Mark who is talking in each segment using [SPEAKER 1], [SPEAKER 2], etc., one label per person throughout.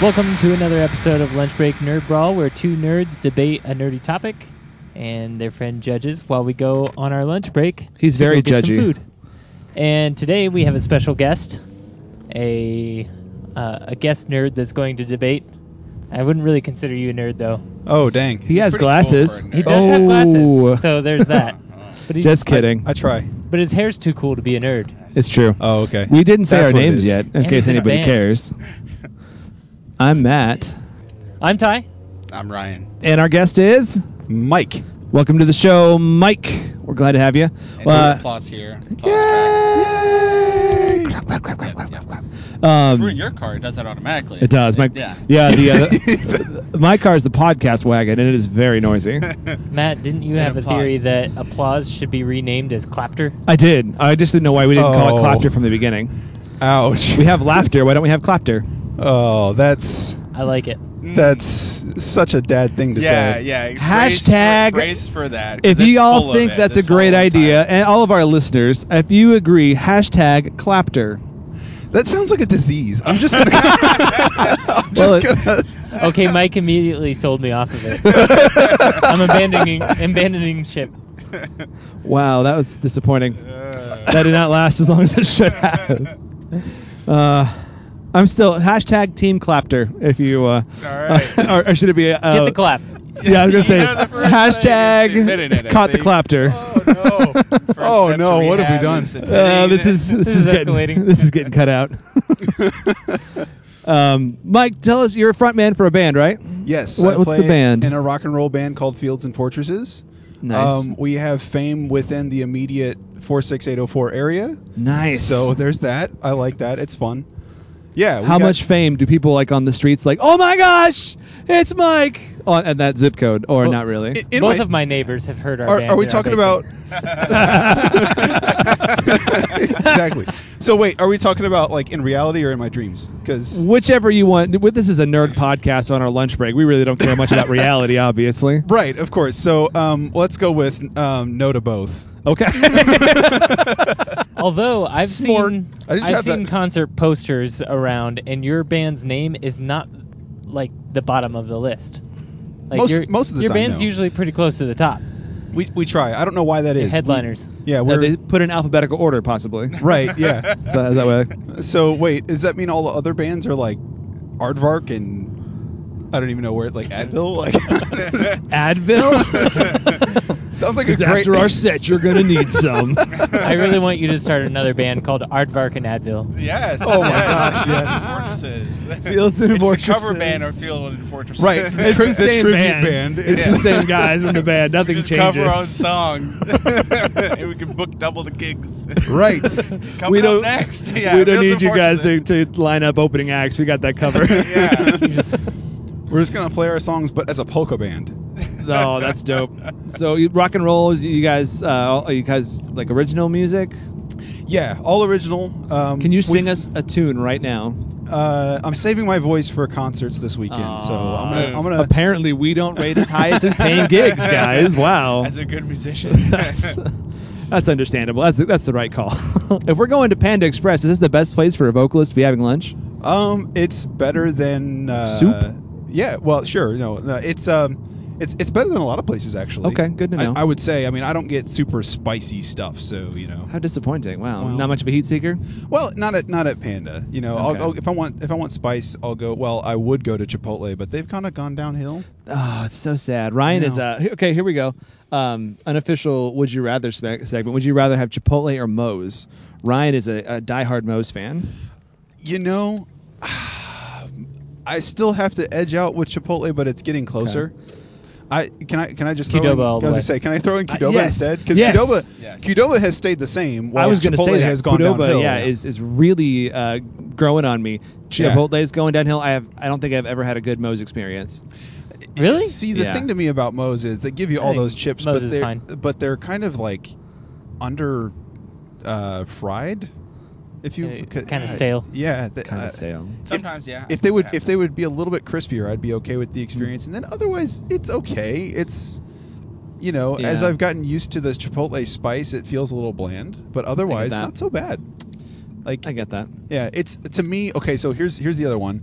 [SPEAKER 1] Welcome to another episode of Lunch Break Nerd Brawl, where two nerds debate a nerdy topic and their friend judges while we go on our lunch break.
[SPEAKER 2] He's
[SPEAKER 1] to go
[SPEAKER 2] very
[SPEAKER 1] get some
[SPEAKER 2] judgy.
[SPEAKER 1] food. And today we have a special guest, a uh, a guest nerd that's going to debate. I wouldn't really consider you a nerd though.
[SPEAKER 3] Oh dang!
[SPEAKER 2] He has
[SPEAKER 4] Pretty cool
[SPEAKER 2] glasses.
[SPEAKER 4] for a nerd.
[SPEAKER 1] He does have
[SPEAKER 2] Oh.
[SPEAKER 1] glasses, so there's that. But he's,
[SPEAKER 2] Just kidding.
[SPEAKER 3] Oh, I, I try.
[SPEAKER 1] but his hair's too cool to be a nerd.
[SPEAKER 2] it's true.
[SPEAKER 3] Oh okay.
[SPEAKER 2] we didn't say
[SPEAKER 3] That's
[SPEAKER 2] our
[SPEAKER 3] what it
[SPEAKER 2] names
[SPEAKER 3] is.
[SPEAKER 2] yet, in
[SPEAKER 1] And he's
[SPEAKER 2] case
[SPEAKER 1] in a
[SPEAKER 2] anybody
[SPEAKER 1] band.
[SPEAKER 2] cares. I'm Matt,
[SPEAKER 1] I'm Ty.
[SPEAKER 4] I'm Ryan.
[SPEAKER 2] and our guest is.
[SPEAKER 3] Mike.
[SPEAKER 2] Welcome to the show, Mike. We're glad to have you.
[SPEAKER 4] And
[SPEAKER 2] Uh,
[SPEAKER 4] applause here.
[SPEAKER 2] yay! Clap, clap, clap, clap, clap, clap, clap. Um,
[SPEAKER 4] Through your car, it does that automatically.
[SPEAKER 2] it does. My,
[SPEAKER 4] yeah.
[SPEAKER 2] yeah. The, uh, the- my car is the podcast wagon, and it is very noisy.
[SPEAKER 1] Matt, didn't you have a
[SPEAKER 4] applause.
[SPEAKER 1] theory that applause should be renamed as clapter?
[SPEAKER 2] I did. I just didn't know why we didn't call it
[SPEAKER 3] Oh.
[SPEAKER 2] clapter from the beginning.
[SPEAKER 3] Ouch.
[SPEAKER 2] We have laughter. Why don't we have clapter?
[SPEAKER 3] Oh, that's
[SPEAKER 1] I like it.
[SPEAKER 2] Mm.
[SPEAKER 3] that's such a dad thing to
[SPEAKER 4] Yeah,
[SPEAKER 3] say.
[SPEAKER 4] yeah.
[SPEAKER 2] Hashtag-
[SPEAKER 4] Brace for that. 'cause
[SPEAKER 2] If you
[SPEAKER 4] it's full
[SPEAKER 2] all
[SPEAKER 4] of
[SPEAKER 2] think
[SPEAKER 4] it
[SPEAKER 2] that's a
[SPEAKER 4] this
[SPEAKER 2] great
[SPEAKER 4] whole
[SPEAKER 2] idea,
[SPEAKER 4] time.
[SPEAKER 2] and all of our listeners, if you agree, hashtag clapter.
[SPEAKER 3] That sounds like a disease. I'm just gonna. I'm
[SPEAKER 2] Well, it-
[SPEAKER 3] just gonna.
[SPEAKER 1] Okay, Mike immediately sold me off of it. I'm abandoning abandoning ship.
[SPEAKER 2] Wow, that was disappointing. that did not last as long as it should have. Uh, I'm still hashtag team clapter. If you, uh,
[SPEAKER 4] All right.
[SPEAKER 2] or, or should it be? Uh,
[SPEAKER 1] Get the clap.
[SPEAKER 2] Yeah, I was gonna say
[SPEAKER 4] You know the first thing is admitting
[SPEAKER 2] hashtag
[SPEAKER 4] it, I
[SPEAKER 2] caught the
[SPEAKER 4] think.
[SPEAKER 2] clapter.
[SPEAKER 4] Oh no! First
[SPEAKER 3] Oh,
[SPEAKER 4] step
[SPEAKER 3] no,
[SPEAKER 4] to
[SPEAKER 3] what have we
[SPEAKER 4] rehab
[SPEAKER 3] done?
[SPEAKER 4] is admitting
[SPEAKER 2] Uh, this
[SPEAKER 4] Oh, it.
[SPEAKER 2] is this,
[SPEAKER 1] This
[SPEAKER 2] is,
[SPEAKER 1] is
[SPEAKER 2] getting
[SPEAKER 1] escalating.
[SPEAKER 2] this is getting cut out. um, Mike, tell us you're a front man for a band, right?
[SPEAKER 3] Yes.
[SPEAKER 2] What-
[SPEAKER 3] I
[SPEAKER 2] what's the
[SPEAKER 3] play
[SPEAKER 2] band?
[SPEAKER 3] In a rock and roll band called Fields and Fortresses.
[SPEAKER 2] Nice.
[SPEAKER 3] Um, we have fame within the immediate 46804 area.
[SPEAKER 2] Nice.
[SPEAKER 3] So there's that. I like that. It's fun. Yeah. we
[SPEAKER 2] How
[SPEAKER 3] got-
[SPEAKER 2] much fame do people like on the streets like, oh my gosh, it's Mike, oh, and that zip code, or
[SPEAKER 1] Well,
[SPEAKER 2] not really?
[SPEAKER 3] i- in
[SPEAKER 1] Both
[SPEAKER 3] my-
[SPEAKER 1] of my neighbors have heard our.
[SPEAKER 3] Are,
[SPEAKER 1] band
[SPEAKER 3] are we
[SPEAKER 1] in our
[SPEAKER 3] talking about?
[SPEAKER 1] basement.
[SPEAKER 3] exactly. So wait, are we talking about like in reality or in my dreams? Because
[SPEAKER 2] Whichever you want. With- This is a nerd podcast on our lunch break. We really don't care much about reality, obviously.
[SPEAKER 3] right, of course. So um, let's go with um, no to both.
[SPEAKER 2] Okay.
[SPEAKER 1] Although I've
[SPEAKER 2] Smart.
[SPEAKER 1] seen
[SPEAKER 3] I just
[SPEAKER 1] I've
[SPEAKER 3] have that-
[SPEAKER 1] seen concert posters around, and your band's name is not like the bottom of the list. Like
[SPEAKER 3] Most-
[SPEAKER 1] your,
[SPEAKER 3] most of the
[SPEAKER 1] your
[SPEAKER 3] time,
[SPEAKER 1] band's
[SPEAKER 3] no.
[SPEAKER 1] usually pretty close to the top.
[SPEAKER 3] We, we try. I don't know why that is.
[SPEAKER 1] Headliners.
[SPEAKER 3] We- yeah,
[SPEAKER 2] Well,
[SPEAKER 3] we're
[SPEAKER 2] they put in alphabetical order, possibly. Is
[SPEAKER 3] right. Yeah.
[SPEAKER 2] that- is that what-
[SPEAKER 3] So wait, does that mean all the other bands are like Aardvark and I don't even know where like Advil? Like
[SPEAKER 2] Advil?
[SPEAKER 3] sounds like a
[SPEAKER 2] 'Cause
[SPEAKER 3] great.
[SPEAKER 2] after our set, you're going to need some.
[SPEAKER 1] I really want you to start another band called Aardvark and Advil.
[SPEAKER 4] Yes.
[SPEAKER 3] Oh my gosh,
[SPEAKER 4] yes.
[SPEAKER 3] yes.
[SPEAKER 4] Fortresses.
[SPEAKER 2] Fields and
[SPEAKER 4] it's The
[SPEAKER 2] Fortresses.
[SPEAKER 4] cover band or Field and Fortresses.
[SPEAKER 3] Right.
[SPEAKER 2] It's
[SPEAKER 3] Tri-
[SPEAKER 2] the
[SPEAKER 3] the
[SPEAKER 2] same
[SPEAKER 3] tribute
[SPEAKER 2] band.
[SPEAKER 3] band.
[SPEAKER 2] It's the same guys in the band. Nothing
[SPEAKER 4] Just
[SPEAKER 2] changes.
[SPEAKER 4] cover our own songs, and we can book double the gigs.
[SPEAKER 3] Right.
[SPEAKER 4] Coming up next. Yeah,
[SPEAKER 2] we don't
[SPEAKER 4] Fields
[SPEAKER 2] need
[SPEAKER 4] and
[SPEAKER 2] you guys to,
[SPEAKER 4] Fortresses.
[SPEAKER 2] to line up opening acts. We got that covered.
[SPEAKER 4] Yeah.
[SPEAKER 3] We're just gonna play our songs, but as a polka band.
[SPEAKER 2] no, that's dope. So you, rock and roll, you guys, uh, all- you guys like original music.
[SPEAKER 3] Yeah, all original. Um,
[SPEAKER 2] Can you
[SPEAKER 3] we-
[SPEAKER 2] sing us a tune right now?
[SPEAKER 3] Uh, I'm saving my voice for concerts this weekend, so I'm gonna. I'm gonna.
[SPEAKER 2] Apparently, we don't rate as high as his paying gigs, guys. Wow,
[SPEAKER 4] As a good musician.
[SPEAKER 2] that's that's understandable. That's the, that's the right call. if we're going to Panda Express, is this the best place for a vocalist to be having lunch?
[SPEAKER 3] Um, it's better than uh,
[SPEAKER 2] Soup?
[SPEAKER 3] Yeah. Well, sure. No, no, it's um, it's it's better than a lot of places actually.
[SPEAKER 2] Okay, good to
[SPEAKER 3] I-
[SPEAKER 2] know.
[SPEAKER 3] I, would say. I mean, I don't get super spicy stuff, so you know.
[SPEAKER 2] How disappointing! Wow,
[SPEAKER 3] Well-
[SPEAKER 2] not much of a heat seeker.
[SPEAKER 3] Well, not at not at Panda. You know, I'll
[SPEAKER 2] Okay.
[SPEAKER 3] go if I want if I want spice, I'll go. Well, I would go to Chipotle, but they've kind of gone downhill.
[SPEAKER 2] Oh, it's so sad. Ryan
[SPEAKER 3] No.
[SPEAKER 2] is uh, he- okay. Here we go. Um, unofficial Would You Rather seg- segment. Would you rather have Chipotle or Moe's? Ryan is a, a diehard Moe's fan.
[SPEAKER 3] You know, I still have to edge out with Chipotle, but it's getting closer. I can I can I just throw in,
[SPEAKER 1] Qdoba all the way.
[SPEAKER 3] I was gonna say can I throw in Qdoba
[SPEAKER 2] Uh, yes.
[SPEAKER 3] instead because
[SPEAKER 2] Yes.
[SPEAKER 3] Qdoba
[SPEAKER 4] Yes.
[SPEAKER 3] Qdoba has stayed the same. While
[SPEAKER 2] I was going
[SPEAKER 3] Chipotle
[SPEAKER 2] to say that
[SPEAKER 3] has gone
[SPEAKER 2] Qdoba,
[SPEAKER 3] downhill.
[SPEAKER 2] yeah, is is really uh, growing on me.
[SPEAKER 3] Yeah.
[SPEAKER 2] Chipotle is going downhill. I have I don't think I've ever had a good Moe's experience.
[SPEAKER 1] Really?
[SPEAKER 3] See, the
[SPEAKER 2] Yeah.
[SPEAKER 3] thing to me about Moe's is they give you all
[SPEAKER 1] think
[SPEAKER 3] those chips,
[SPEAKER 1] Moe's
[SPEAKER 3] but
[SPEAKER 1] is
[SPEAKER 3] they're
[SPEAKER 1] fine.
[SPEAKER 3] but they're kind of like under uh, fried. If you
[SPEAKER 1] Yeah,
[SPEAKER 3] c-
[SPEAKER 1] kinda
[SPEAKER 3] uh,
[SPEAKER 1] stale.
[SPEAKER 3] yeah, th- uh,
[SPEAKER 4] Sometimes, yeah.
[SPEAKER 3] If they would, if they would be a little bit crispier, I'd be okay with the experience. And then otherwise, it's okay. It's you know, as
[SPEAKER 2] Yeah.
[SPEAKER 3] I've gotten used to the chipotle spice, it feels a little bland, but otherwise,
[SPEAKER 2] that.
[SPEAKER 3] not so bad. Like
[SPEAKER 2] I get that.
[SPEAKER 3] yeah, it's to me okay. So here's here's the other one.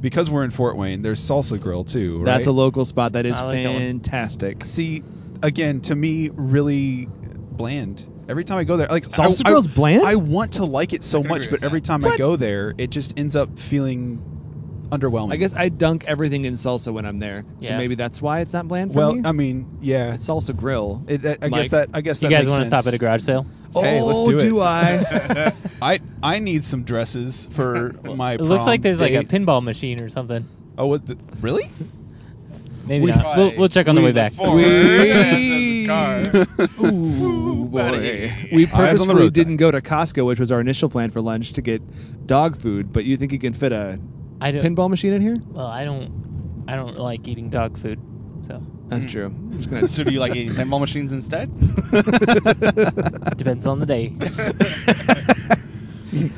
[SPEAKER 3] because we're in Fort Wayne, there's Salsa Grill too. Right?
[SPEAKER 2] That's a local spot that is
[SPEAKER 1] I like that one.
[SPEAKER 2] fantastic.
[SPEAKER 3] see again to me really bland. Every time I go there, like
[SPEAKER 2] Salsa
[SPEAKER 3] I, I-
[SPEAKER 2] Grill's bland?
[SPEAKER 3] I want to like it so
[SPEAKER 4] can
[SPEAKER 3] much,
[SPEAKER 4] agree
[SPEAKER 3] but
[SPEAKER 4] with
[SPEAKER 3] every
[SPEAKER 4] that.
[SPEAKER 3] time I
[SPEAKER 2] What?
[SPEAKER 3] go there, it just ends up feeling underwhelming.
[SPEAKER 2] I guess I dunk everything in salsa when I'm there, so
[SPEAKER 1] Yeah.
[SPEAKER 2] maybe that's why it's not bland for
[SPEAKER 3] Well,
[SPEAKER 2] me.
[SPEAKER 3] I mean, yeah.
[SPEAKER 2] it's salsa grill.
[SPEAKER 3] It, I, I
[SPEAKER 2] Mike.
[SPEAKER 3] guess that. I guess
[SPEAKER 1] You
[SPEAKER 3] that
[SPEAKER 1] guys
[SPEAKER 3] makes
[SPEAKER 1] want to stop at
[SPEAKER 3] sense.
[SPEAKER 1] a garage sale?
[SPEAKER 3] Hey,
[SPEAKER 2] oh,
[SPEAKER 3] let's do it.
[SPEAKER 2] do I?
[SPEAKER 3] I I need some dresses for my.
[SPEAKER 1] It looks like there's like a
[SPEAKER 3] pin.
[SPEAKER 1] pinball machine or something.
[SPEAKER 3] Oh, what? The, really?
[SPEAKER 1] Maybe
[SPEAKER 4] We
[SPEAKER 1] not. We'll,
[SPEAKER 4] tried.
[SPEAKER 1] we'll check on the
[SPEAKER 4] We
[SPEAKER 1] way back.
[SPEAKER 4] Ford.
[SPEAKER 2] We-
[SPEAKER 4] That's the car.
[SPEAKER 2] Ooh, boy.
[SPEAKER 4] Buddy.
[SPEAKER 2] We
[SPEAKER 3] Eyes on the
[SPEAKER 2] purposefully
[SPEAKER 3] road
[SPEAKER 2] didn't go to Costco, which was our initial plan for lunch to get dog food. But you think you can fit a
[SPEAKER 1] I don't.
[SPEAKER 2] pinball machine in here?
[SPEAKER 1] Well, I don't. I don't like eating dog food. So
[SPEAKER 2] That's true. I'm just gonna-
[SPEAKER 4] so do you like eating pinball machines instead?
[SPEAKER 1] depends on the day.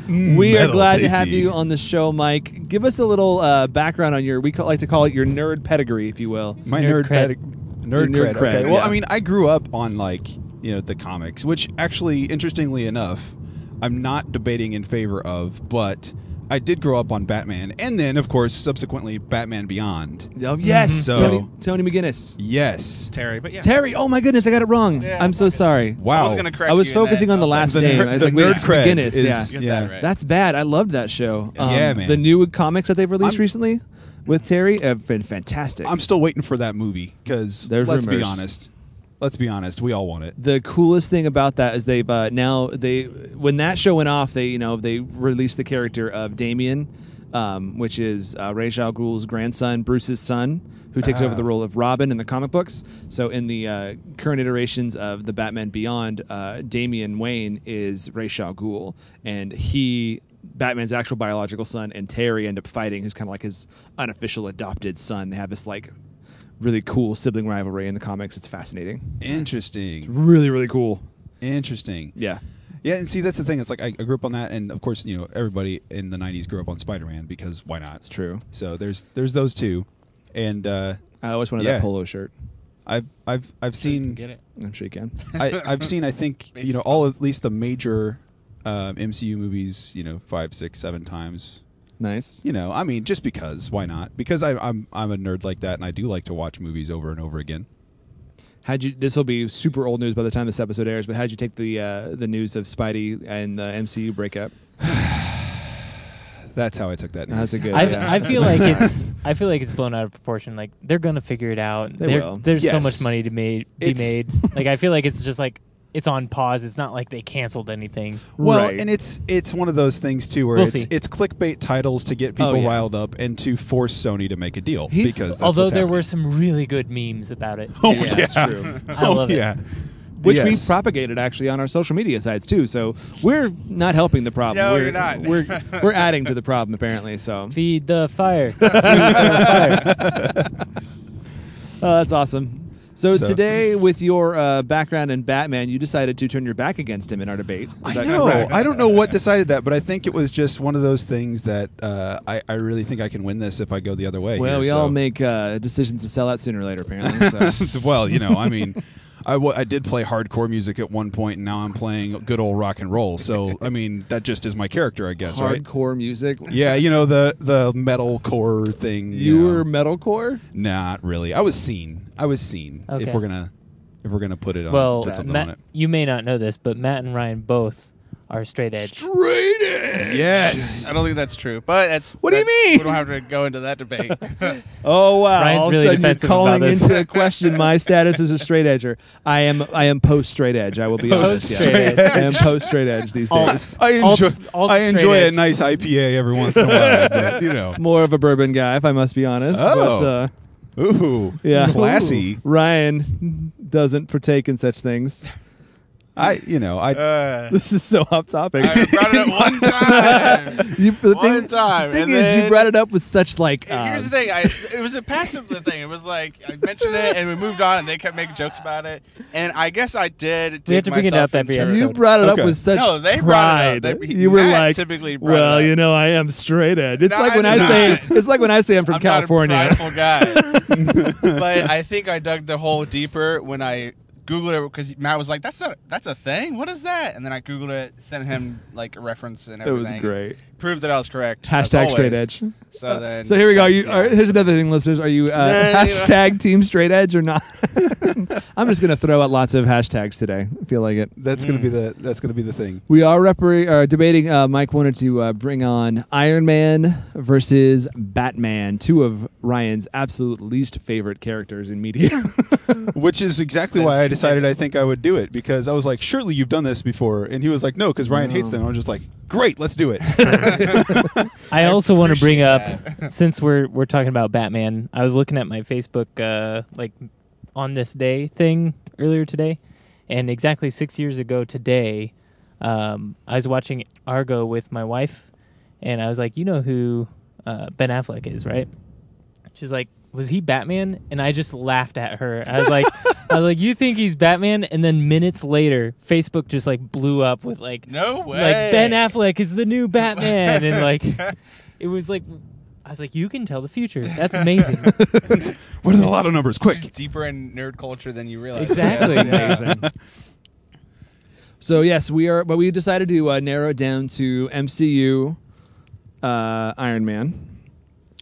[SPEAKER 2] we are
[SPEAKER 3] metal
[SPEAKER 2] glad to
[SPEAKER 3] tasty.
[SPEAKER 2] have you on the show, Mike. Give us a little uh, background on your. We ca- like to call it your nerd pedigree, if you will.
[SPEAKER 3] My
[SPEAKER 1] Nerd
[SPEAKER 3] nerd,
[SPEAKER 1] cred.
[SPEAKER 3] cred. nerd,
[SPEAKER 2] Your nerd
[SPEAKER 3] cred. okay.
[SPEAKER 2] cred,
[SPEAKER 3] Well,
[SPEAKER 2] yeah.
[SPEAKER 3] I mean, I grew up on like you know the comics, which actually, interestingly enough, I'm not debating in favor of, but I did grow up on Batman, and then of course subsequently Batman Beyond.
[SPEAKER 2] Oh yes,
[SPEAKER 3] So-
[SPEAKER 2] Tony, Tony McGinnis,
[SPEAKER 3] Yes.
[SPEAKER 4] Terry, but yeah.
[SPEAKER 2] Terry. Oh my goodness, I got it wrong.
[SPEAKER 4] Yeah,
[SPEAKER 2] I'm so
[SPEAKER 4] fuck it.
[SPEAKER 2] sorry.
[SPEAKER 3] Wow.
[SPEAKER 4] I was gonna correct
[SPEAKER 2] I was
[SPEAKER 4] you in that.
[SPEAKER 2] focusing on the last
[SPEAKER 3] The
[SPEAKER 2] name.
[SPEAKER 3] nerd,
[SPEAKER 2] I was
[SPEAKER 3] the
[SPEAKER 2] like, wait,
[SPEAKER 3] nerd
[SPEAKER 2] it's
[SPEAKER 3] cred
[SPEAKER 2] McGinnis.
[SPEAKER 3] is
[SPEAKER 2] yeah.
[SPEAKER 4] You got
[SPEAKER 3] yeah.
[SPEAKER 4] that right.
[SPEAKER 2] That's bad. I loved that show. Um,
[SPEAKER 3] Yeah, man.
[SPEAKER 2] The new comics that they've released
[SPEAKER 3] I'm-
[SPEAKER 2] recently with Terry have been fantastic.
[SPEAKER 3] I'm still waiting for that movie because
[SPEAKER 2] There's
[SPEAKER 3] let's be
[SPEAKER 2] rumors.
[SPEAKER 3] honest. Let's be honest. We all want it.
[SPEAKER 2] the coolest thing about that is they've uh, now they when that show went off they you know they released the character of Damien, um, which is uh, Ra's al Ghul's grandson, Bruce's son, who takes over the role of Robin in the comic books. So in the uh, current iterations of the Batman Beyond, uh, Damian Wayne is Ra's al Ghul, and he. Batman's actual biological son and Terry end up fighting, who's kind of like his unofficial adopted son. They have this like really cool sibling rivalry in the comics. It's fascinating
[SPEAKER 3] Interesting.
[SPEAKER 2] really really cool
[SPEAKER 3] Interesting.
[SPEAKER 2] yeah
[SPEAKER 3] Yeah, and see that's the thing. It's like I, I grew up on that, and of course, you know, everybody in the '90s grew up on Spider-Man because why not? It's
[SPEAKER 2] true.
[SPEAKER 3] So there's there's those two, and uh,
[SPEAKER 2] i always wanted
[SPEAKER 3] Yeah.
[SPEAKER 2] that polo shirt
[SPEAKER 3] I've I've I've seen
[SPEAKER 4] Get it.
[SPEAKER 2] i'm sure you can
[SPEAKER 3] I, I've seen I think you know all at least the major um, MCU movies. You know, five, six, seven times.
[SPEAKER 2] nice
[SPEAKER 3] You know, I mean, just because why not? Because I, I'm I'm a nerd like that, and I do like to watch movies over and over again.
[SPEAKER 2] how'd you this will be super old news by the time this episode airs but how'd you take the uh, the news of spidey and the mcu breakup
[SPEAKER 3] That's how I took that. News.
[SPEAKER 2] That's a good-
[SPEAKER 1] I,
[SPEAKER 2] Yeah.
[SPEAKER 1] I feel like it's. I feel like it's blown out of proportion. Like they're gonna figure it out.
[SPEAKER 2] They
[SPEAKER 1] There-
[SPEAKER 2] will.
[SPEAKER 1] There's so
[SPEAKER 3] Yes.
[SPEAKER 1] much money to made, be
[SPEAKER 3] It's-
[SPEAKER 1] made. Like I feel like it's just like it's on pause. It's not like they canceled anything.
[SPEAKER 3] Well,
[SPEAKER 2] Right.
[SPEAKER 3] and it's it's one of those things too, where
[SPEAKER 1] We'll
[SPEAKER 3] it's
[SPEAKER 1] see.
[SPEAKER 3] it's clickbait titles to get people
[SPEAKER 2] Oh, yeah.
[SPEAKER 3] riled up and to force Sony to make a deal
[SPEAKER 2] He-
[SPEAKER 3] because that's
[SPEAKER 1] Although
[SPEAKER 3] what's
[SPEAKER 1] there
[SPEAKER 3] happening.
[SPEAKER 1] were some really good memes about it.
[SPEAKER 3] Oh,
[SPEAKER 2] Yeah, that's true.
[SPEAKER 1] I
[SPEAKER 3] Oh,
[SPEAKER 1] love it.
[SPEAKER 3] yeah.
[SPEAKER 2] which
[SPEAKER 3] Yes.
[SPEAKER 2] we propagated actually on our social media sites too so we're not helping the problem
[SPEAKER 4] No,
[SPEAKER 2] we're
[SPEAKER 4] you're not.
[SPEAKER 2] we're, we're adding to the problem apparently so
[SPEAKER 1] Feed the fire. Feed the fire.
[SPEAKER 2] Oh, that's awesome so,
[SPEAKER 3] So-
[SPEAKER 2] today with your uh, background in batman you decided to turn your back against him in our debate Is
[SPEAKER 3] I
[SPEAKER 2] that
[SPEAKER 3] know.
[SPEAKER 2] correct?
[SPEAKER 3] I don't know what decided that, but I think it was just one of those things that uh, I, I really think I can win this if I go the other way.
[SPEAKER 2] well
[SPEAKER 3] here,
[SPEAKER 2] we
[SPEAKER 3] so.
[SPEAKER 2] all make uh, decisions to sell out sooner or later apparently so.
[SPEAKER 3] well, you know, I mean, I wa- I did play hardcore music at one point, and now I'm playing good old rock and roll. So, I mean, that just is my character, I guess, right?
[SPEAKER 2] hardcore music.
[SPEAKER 3] Yeah, you know the the metal core thing.
[SPEAKER 2] You
[SPEAKER 3] know.
[SPEAKER 2] were metalcore?
[SPEAKER 3] Not really. I was seen. I was seen.
[SPEAKER 1] Okay.
[SPEAKER 3] If we're gonna, if we're gonna put it on,
[SPEAKER 1] well,
[SPEAKER 3] put something on
[SPEAKER 1] Matt, you may not know this, but Matt and Ryan both are straight edge.
[SPEAKER 2] Straight
[SPEAKER 3] it. Yes.
[SPEAKER 4] I don't think that's true, but that's
[SPEAKER 2] What do you
[SPEAKER 4] that's-
[SPEAKER 2] mean?
[SPEAKER 4] We don't have to go into that debate.
[SPEAKER 2] Oh wow!
[SPEAKER 1] Ryan's
[SPEAKER 2] All of
[SPEAKER 1] really
[SPEAKER 2] a sudden, you're
[SPEAKER 1] defensive about
[SPEAKER 2] calling
[SPEAKER 1] this.
[SPEAKER 2] into question my status as a straight edger. I am. I am post straight edge. I will be honest. yeah.
[SPEAKER 1] Post-straight edge.
[SPEAKER 2] I am post straight edge these
[SPEAKER 1] All-
[SPEAKER 2] days.
[SPEAKER 3] I
[SPEAKER 1] Alt-
[SPEAKER 3] enjoy.
[SPEAKER 1] alt
[SPEAKER 3] I enjoy
[SPEAKER 1] straight
[SPEAKER 3] a
[SPEAKER 1] edge.
[SPEAKER 3] nice IPA every once in a while, but, you know.
[SPEAKER 2] More of a bourbon guy, if I must be honest. But,
[SPEAKER 3] Oh.
[SPEAKER 2] uh,
[SPEAKER 3] Ooh,
[SPEAKER 2] yeah,
[SPEAKER 3] classy.
[SPEAKER 2] Ryan doesn't partake in such things.
[SPEAKER 3] I, you know, I.
[SPEAKER 4] Uh,
[SPEAKER 2] This is so off topic.
[SPEAKER 4] I brought it up one time.
[SPEAKER 2] you, the
[SPEAKER 4] One
[SPEAKER 2] thing,
[SPEAKER 4] time,
[SPEAKER 2] thing
[SPEAKER 4] and
[SPEAKER 2] is, you
[SPEAKER 4] then-
[SPEAKER 2] brought it up with such like.
[SPEAKER 4] Hey, Here's
[SPEAKER 2] um,
[SPEAKER 4] the thing. I, it was a passive thing. It was like I mentioned it, and we moved on, and they kept making jokes about it. And I guess I did.
[SPEAKER 1] We have
[SPEAKER 4] dig
[SPEAKER 1] to bring it
[SPEAKER 4] myself
[SPEAKER 1] up every
[SPEAKER 4] into-
[SPEAKER 1] episode.
[SPEAKER 2] You brought it
[SPEAKER 3] Okay.
[SPEAKER 2] up with such
[SPEAKER 4] No, they brought it
[SPEAKER 2] pride.
[SPEAKER 4] up. They-
[SPEAKER 2] you were
[SPEAKER 4] Matt
[SPEAKER 2] like,
[SPEAKER 4] typically brought
[SPEAKER 2] "Well,
[SPEAKER 4] it up."
[SPEAKER 2] you know, I am straight edge." It's
[SPEAKER 4] No,
[SPEAKER 2] like
[SPEAKER 4] I
[SPEAKER 2] when I
[SPEAKER 4] did
[SPEAKER 2] say,
[SPEAKER 4] not.
[SPEAKER 2] "It's like when I say I'm from
[SPEAKER 4] I'm
[SPEAKER 2] California." Uh,
[SPEAKER 4] Not a prideful guy. but I think I dug the hole deeper when I Googled it because Matt was like, "That's a that's a thing. What is that?" And then I Googled it, sent him like a reference and
[SPEAKER 2] It was
[SPEAKER 4] everything.
[SPEAKER 2] great.
[SPEAKER 4] Proved that I was correct. as
[SPEAKER 2] Hashtag straight
[SPEAKER 4] always.
[SPEAKER 2] edge.
[SPEAKER 4] So then,
[SPEAKER 2] So here we go. You,
[SPEAKER 4] Yeah.
[SPEAKER 2] all right, here's another thing, listeners. Are you uh,
[SPEAKER 4] Yeah, yeah, yeah.
[SPEAKER 2] hashtag Team Straight Edge or not? I'm just gonna throw out lots of hashtags today. I feel like it.
[SPEAKER 3] That's gonna be
[SPEAKER 2] mm.
[SPEAKER 3] the that's gonna be the thing.
[SPEAKER 2] We are repar- uh, debating. Uh, Mike wanted to uh, bring on Iron Man versus Batman, two of Ryan's absolute least favorite characters in media.
[SPEAKER 3] Which is exactly why I decided I think I would do it because I was like, surely you've done this before, and he was like, no, because Ryan hates them. And I was just like, great, let's do it.
[SPEAKER 1] I also want to bring up
[SPEAKER 4] appreciate
[SPEAKER 1] since we're we're talking about Batman. I was looking at my Facebook uh, like on this day thing earlier today, and exactly six years ago today, um, I was watching Argo with my wife, and I was like, "You know who uh, Ben Affleck is, right?" She's like, "Was he Batman?" And I just laughed at her. I was like, "I was like, you think he's Batman?" And then minutes later, Facebook just like blew up with like
[SPEAKER 4] No way.
[SPEAKER 1] like Ben Affleck is the new Batman, and like it was like I was like, you can tell the future. That's amazing.
[SPEAKER 3] what are the lotto numbers? Quick.
[SPEAKER 4] Deeper in nerd culture than you realize.
[SPEAKER 1] Exactly.
[SPEAKER 4] Yeah, yeah.
[SPEAKER 2] so yes, we are. But we decided to uh, narrow it down to MCU uh, Iron Man.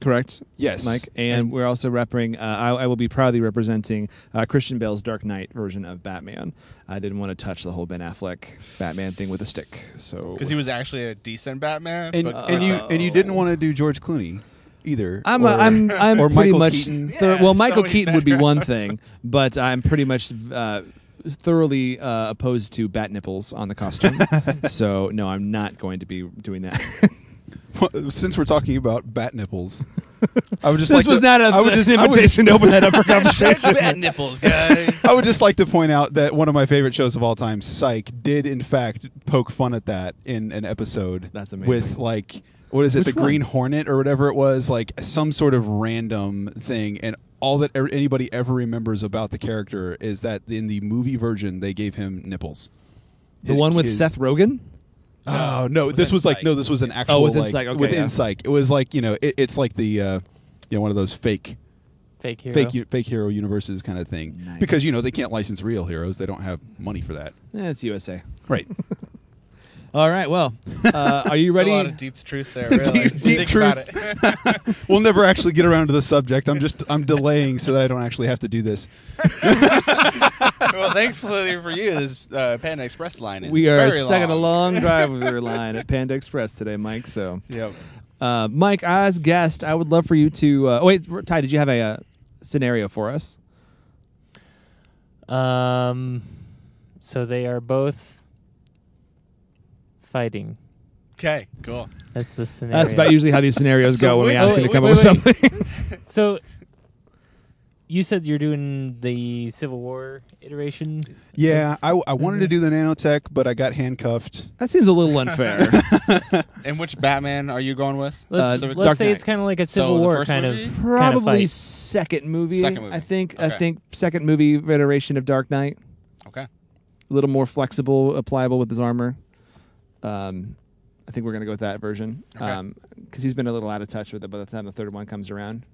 [SPEAKER 2] Correct.
[SPEAKER 3] Yes.
[SPEAKER 2] Mike. And, we're also repping. Uh, I, I will be proudly representing uh, Christian Bale's Dark Knight version of Batman. I didn't want to touch the whole Ben Affleck Batman thing with a stick. So
[SPEAKER 4] Because he was actually a decent Batman.
[SPEAKER 3] And,
[SPEAKER 4] but
[SPEAKER 2] uh,
[SPEAKER 3] and you and you didn't want to do George Clooney either.
[SPEAKER 2] I'm
[SPEAKER 3] or,
[SPEAKER 2] a, I'm I'm
[SPEAKER 3] or
[SPEAKER 2] pretty
[SPEAKER 3] Michael
[SPEAKER 2] much
[SPEAKER 3] Keaton.
[SPEAKER 2] thor-
[SPEAKER 4] Yeah,
[SPEAKER 2] well.
[SPEAKER 4] so
[SPEAKER 2] Michael
[SPEAKER 4] many
[SPEAKER 2] Keaton would be one thing, but I'm pretty much uh, thoroughly uh, opposed to bat nipples on the costume. so no, I'm not going to be doing that.
[SPEAKER 3] Since we're talking about bat nipples, I would just
[SPEAKER 2] this
[SPEAKER 3] like
[SPEAKER 2] was
[SPEAKER 3] to,
[SPEAKER 2] not a,
[SPEAKER 3] I would
[SPEAKER 2] an
[SPEAKER 3] just, I would just-
[SPEAKER 2] invitation to open that up for conversation.
[SPEAKER 4] Bat nipples, guys.
[SPEAKER 3] I would just like to point out that one of my favorite shows of all time, Psych, did in fact poke fun at that in an episode.
[SPEAKER 2] That's amazing.
[SPEAKER 3] With like, what is it,
[SPEAKER 2] Which
[SPEAKER 3] the
[SPEAKER 2] one?
[SPEAKER 3] Green Hornet or whatever it was, like some sort of random thing, and all that er- anybody ever remembers about the character is that in the movie version they gave him nipples.
[SPEAKER 2] the
[SPEAKER 3] His
[SPEAKER 2] one with
[SPEAKER 3] kid-
[SPEAKER 2] Seth Rogen.
[SPEAKER 3] Oh no, this
[SPEAKER 4] within
[SPEAKER 3] was like
[SPEAKER 4] Psych.
[SPEAKER 3] no, this was an actual
[SPEAKER 2] within
[SPEAKER 3] like,
[SPEAKER 2] Psych, okay,
[SPEAKER 3] within
[SPEAKER 2] yeah.
[SPEAKER 3] Psych. It was like you know, it, it's like the uh, you know one of those fake
[SPEAKER 1] Fake hero.
[SPEAKER 3] fake u- fake hero universes kind of thing
[SPEAKER 2] Nice.
[SPEAKER 3] because you know they can't license real heroes; they don't have money for that.
[SPEAKER 2] Eh, it's USA.
[SPEAKER 3] Right.
[SPEAKER 2] All right. Well, uh, are you
[SPEAKER 4] There's
[SPEAKER 2] ready?
[SPEAKER 4] a lot of deep truth there. Really.
[SPEAKER 3] Deep- deep
[SPEAKER 4] Think about
[SPEAKER 3] truths.
[SPEAKER 4] it.
[SPEAKER 3] we'll never actually get around to the subject. I'm just I'm delaying so that I don't actually have to do this.
[SPEAKER 4] well, thankfully for you, this uh, Panda Express line is
[SPEAKER 2] we are
[SPEAKER 4] very
[SPEAKER 2] stuck on a long drive with your line at Panda Express today, Mike. So,
[SPEAKER 4] Yep.
[SPEAKER 2] uh, Mike, as guest, I would love for you to. Uh, oh wait, Ty, did you have a uh, scenario for us?
[SPEAKER 1] Um, so they are both fighting.
[SPEAKER 4] Okay, cool.
[SPEAKER 1] That's the scenario.
[SPEAKER 2] That's about usually how these scenarios go when we
[SPEAKER 4] wait,
[SPEAKER 2] ask him
[SPEAKER 1] wait,
[SPEAKER 2] to come
[SPEAKER 1] wait,
[SPEAKER 2] up with
[SPEAKER 1] wait.
[SPEAKER 2] something.
[SPEAKER 1] So you said you're doing the Civil War iteration.
[SPEAKER 2] Uh,
[SPEAKER 3] Yeah, I, I wanted to do the nanotech, but I got handcuffed.
[SPEAKER 2] that seems a little unfair.
[SPEAKER 4] And which Batman are you going with?
[SPEAKER 1] Let's,
[SPEAKER 2] Uh,
[SPEAKER 1] let's
[SPEAKER 2] Dark
[SPEAKER 1] say
[SPEAKER 2] Knight.
[SPEAKER 1] it's kind of like a
[SPEAKER 4] So
[SPEAKER 1] Civil
[SPEAKER 4] the
[SPEAKER 1] War
[SPEAKER 4] first
[SPEAKER 1] kind
[SPEAKER 4] movie?
[SPEAKER 1] of kind of
[SPEAKER 2] Probably
[SPEAKER 1] fight.
[SPEAKER 2] second movie.
[SPEAKER 4] Second movie.
[SPEAKER 2] I think. I
[SPEAKER 4] Okay.
[SPEAKER 2] think second movie iteration of Dark Knight.
[SPEAKER 4] okay.
[SPEAKER 2] A little more flexible, uh, pliable with his armor. Um, I think we're gonna go with that version
[SPEAKER 4] Okay.
[SPEAKER 2] because he's been a little out of touch with it by the time the third one comes around.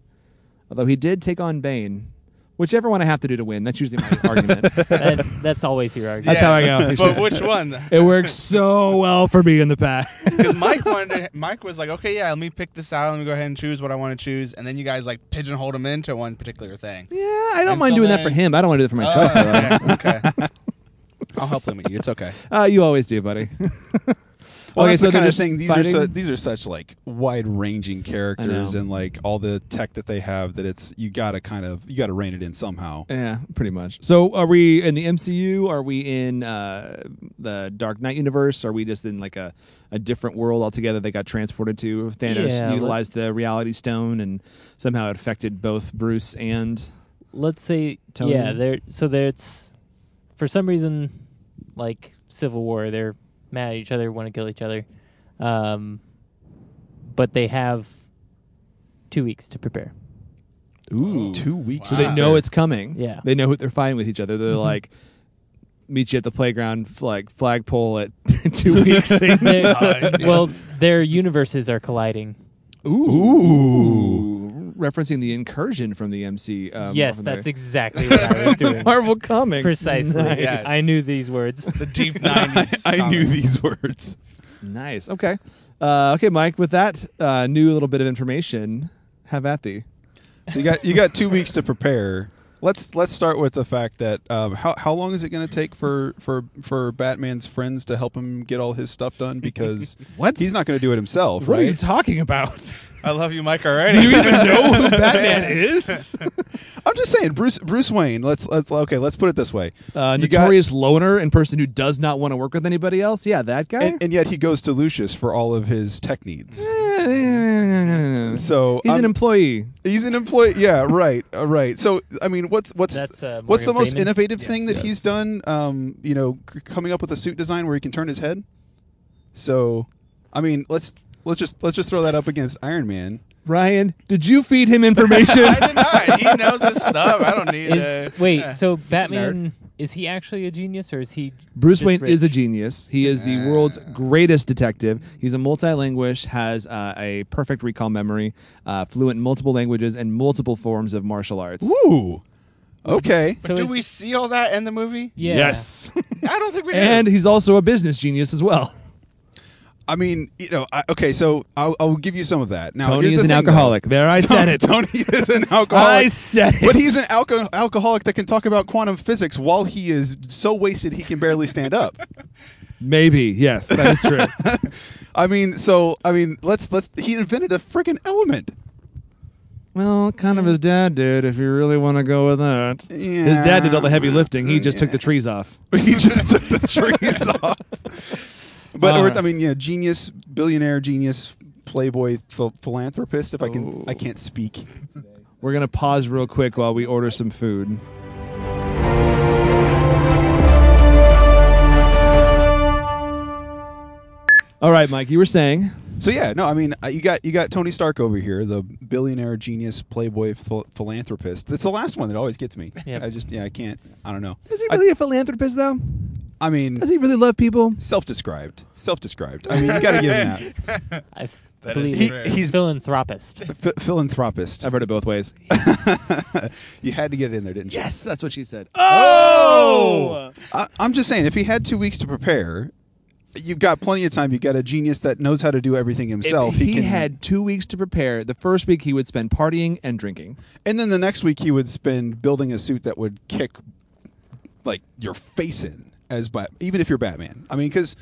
[SPEAKER 2] Although he did take on Bane, whichever one I have to do to win. That's usually my argument.
[SPEAKER 1] That, that's always your argument.
[SPEAKER 2] That's how I go.
[SPEAKER 4] But which one?
[SPEAKER 2] It works so well for me in the past.
[SPEAKER 4] Because Mike wanted, Mike was like, okay, yeah, let me pick this out. Let me go ahead and choose what I want to choose, and then you guys like pigeonholed him into one particular thing.
[SPEAKER 2] Yeah, I don't
[SPEAKER 4] And
[SPEAKER 2] mind
[SPEAKER 4] so
[SPEAKER 2] doing that
[SPEAKER 4] then-
[SPEAKER 2] for him. I don't want to do it for myself. though.
[SPEAKER 4] Oh, okay. okay. I'll help limit you. It's okay.
[SPEAKER 2] Uh, you always do, buddy.
[SPEAKER 3] Well,
[SPEAKER 2] Okay,
[SPEAKER 3] that's
[SPEAKER 2] so
[SPEAKER 3] the kind
[SPEAKER 2] they're
[SPEAKER 3] of
[SPEAKER 2] just
[SPEAKER 3] thing. These
[SPEAKER 2] fighting?
[SPEAKER 3] are su- these are such like wide ranging characters
[SPEAKER 2] know.
[SPEAKER 3] and like all the tech that they have that it's you gotta kind of you gotta rein it in somehow.
[SPEAKER 2] Yeah, pretty much. So, are we in the MCU? Are we in uh, the Dark Knight universe? Are we just in like a, a different world altogether? They got transported to Thanos,
[SPEAKER 1] Yeah, let-
[SPEAKER 2] utilized the Reality Stone, and somehow it affected both Bruce and
[SPEAKER 1] let's say
[SPEAKER 2] Tony?
[SPEAKER 1] yeah they're so there's for some reason like civil war they're mad at each other want to kill each other um, but they have two weeks to prepare
[SPEAKER 2] Ooh.
[SPEAKER 3] Two weeks.
[SPEAKER 2] So they
[SPEAKER 4] Wow.
[SPEAKER 2] know it's coming.
[SPEAKER 1] Yeah. Mm-hmm.
[SPEAKER 2] they know who they're fighting with each other. They're like. Meet you at the playground, f- like flagpole at two weeks.
[SPEAKER 1] They're- well their universes are colliding
[SPEAKER 2] Ooh. referencing the incursion from the MC. Um,
[SPEAKER 1] yes,
[SPEAKER 2] often
[SPEAKER 1] that's
[SPEAKER 2] there.
[SPEAKER 1] exactly what I was doing.
[SPEAKER 2] Marvel Comics.
[SPEAKER 1] Precisely.
[SPEAKER 2] Nice.
[SPEAKER 4] Yes.
[SPEAKER 1] I knew these words.
[SPEAKER 4] The deep 90s.
[SPEAKER 3] I knew
[SPEAKER 4] comic.
[SPEAKER 3] these words.
[SPEAKER 2] Nice. Okay. Uh, okay, Mike. With that uh, new little bit of information, have at thee.
[SPEAKER 3] So you got you got two weeks to prepare. Let's let's start with the fact that um, how how long is it going to take for for for Batman's friends to help him get all his stuff done because
[SPEAKER 2] What?
[SPEAKER 3] he's not going to do it himself, right?
[SPEAKER 2] talking about?
[SPEAKER 4] I love you, Mike, already.
[SPEAKER 2] know who Batman is?
[SPEAKER 3] I'm just saying, Bruce Bruce Wayne. Let's let's okay. Let's put it this way:
[SPEAKER 2] Uh,
[SPEAKER 3] You got-
[SPEAKER 2] notorious loner and person who does not want to work with anybody else. Yeah, that guy.
[SPEAKER 3] and, and yet he goes to Lucius for all of his tech needs. So
[SPEAKER 2] Eh. he's
[SPEAKER 3] I'm-
[SPEAKER 2] an employee.
[SPEAKER 3] He's an employee. Yeah, right, uh, right. So I mean, what's what's
[SPEAKER 1] That's, uh,
[SPEAKER 3] what's the
[SPEAKER 1] Morgan
[SPEAKER 3] most
[SPEAKER 1] Freeman?
[SPEAKER 3] innovative
[SPEAKER 2] Yes,
[SPEAKER 3] thing that
[SPEAKER 2] yes.
[SPEAKER 3] he's done? Um, you know, c- coming up with a suit design where he can turn his head. So, I mean, let's let's just let's just throw that up against Iron Man.
[SPEAKER 2] Ryan, did you feed him information?
[SPEAKER 4] I did not. He knows his stuff. I don't need to.
[SPEAKER 1] Is, wait,
[SPEAKER 4] Yeah.
[SPEAKER 1] so Batman is he actually a genius or is he
[SPEAKER 2] Bruce
[SPEAKER 1] just
[SPEAKER 2] Wayne
[SPEAKER 1] rich?
[SPEAKER 2] is a genius. He is the world's greatest detective. He's a multilingual, has uh, a perfect recall memory, uh, fluent in multiple languages and multiple forms of martial arts.
[SPEAKER 3] Ooh, okay.
[SPEAKER 1] So
[SPEAKER 4] Do
[SPEAKER 1] is-
[SPEAKER 4] we see all that in the movie?
[SPEAKER 1] yeah.
[SPEAKER 2] Yes.
[SPEAKER 4] I don't think we did.
[SPEAKER 2] and he's also a business genius as well.
[SPEAKER 3] I mean, you know, I, okay. So I'll, I'll give you some of that. Now,
[SPEAKER 2] Tony is
[SPEAKER 3] here's the
[SPEAKER 2] an
[SPEAKER 3] thing, though.
[SPEAKER 2] alcoholic. There, I said it.
[SPEAKER 3] Tony is an alcoholic.
[SPEAKER 2] I said it.
[SPEAKER 3] But he's an alco- alcoholic that can talk about quantum physics while he is so wasted he can barely stand up.
[SPEAKER 2] Maybe. Yes, that is true.
[SPEAKER 3] I mean, so I mean, let's let's. He invented a freaking element.
[SPEAKER 2] well, kind of his dad did, if you really want to go with that. His dad did all the heavy lifting. He just took the trees off.
[SPEAKER 3] He just took the trees off. But
[SPEAKER 2] All
[SPEAKER 3] or,
[SPEAKER 2] right.
[SPEAKER 3] I mean, yeah, genius, billionaire, genius, playboy, th- philanthropist. If I can, I can't speak.
[SPEAKER 2] We're going to pause real quick while we order some food. All right, Mike, you were saying.
[SPEAKER 3] So yeah, no, I mean, uh, you got you got Tony Stark over here, the billionaire, genius, playboy, phil- philanthropist. That's the last one that always gets me.
[SPEAKER 1] Yep.
[SPEAKER 3] I just yeah, I can't. I don't know.
[SPEAKER 2] Is he
[SPEAKER 3] I-
[SPEAKER 2] really a philanthropist, though?
[SPEAKER 3] I mean,
[SPEAKER 2] Does he really love people?
[SPEAKER 3] self-described, self-described. I mean, you got to give him
[SPEAKER 1] I
[SPEAKER 4] That
[SPEAKER 1] believe
[SPEAKER 4] is
[SPEAKER 1] it's
[SPEAKER 3] true. He- he's-
[SPEAKER 1] philanthropist.
[SPEAKER 3] that. Ph- philanthropist.
[SPEAKER 2] I've heard it both ways.
[SPEAKER 3] you had to get it in there, didn't you?
[SPEAKER 2] Yes, that's what she said. Oh!
[SPEAKER 3] I, I'm just saying, if he had two weeks to prepare, you've got plenty of time. You've got a genius that knows how to do everything himself.
[SPEAKER 2] If he
[SPEAKER 3] can,
[SPEAKER 2] had two weeks to prepare. The first week he would spend partying and drinking.
[SPEAKER 3] and then the next week he would spend building a suit that would kick like your face in as Bat- even if you're Batman. I mean, because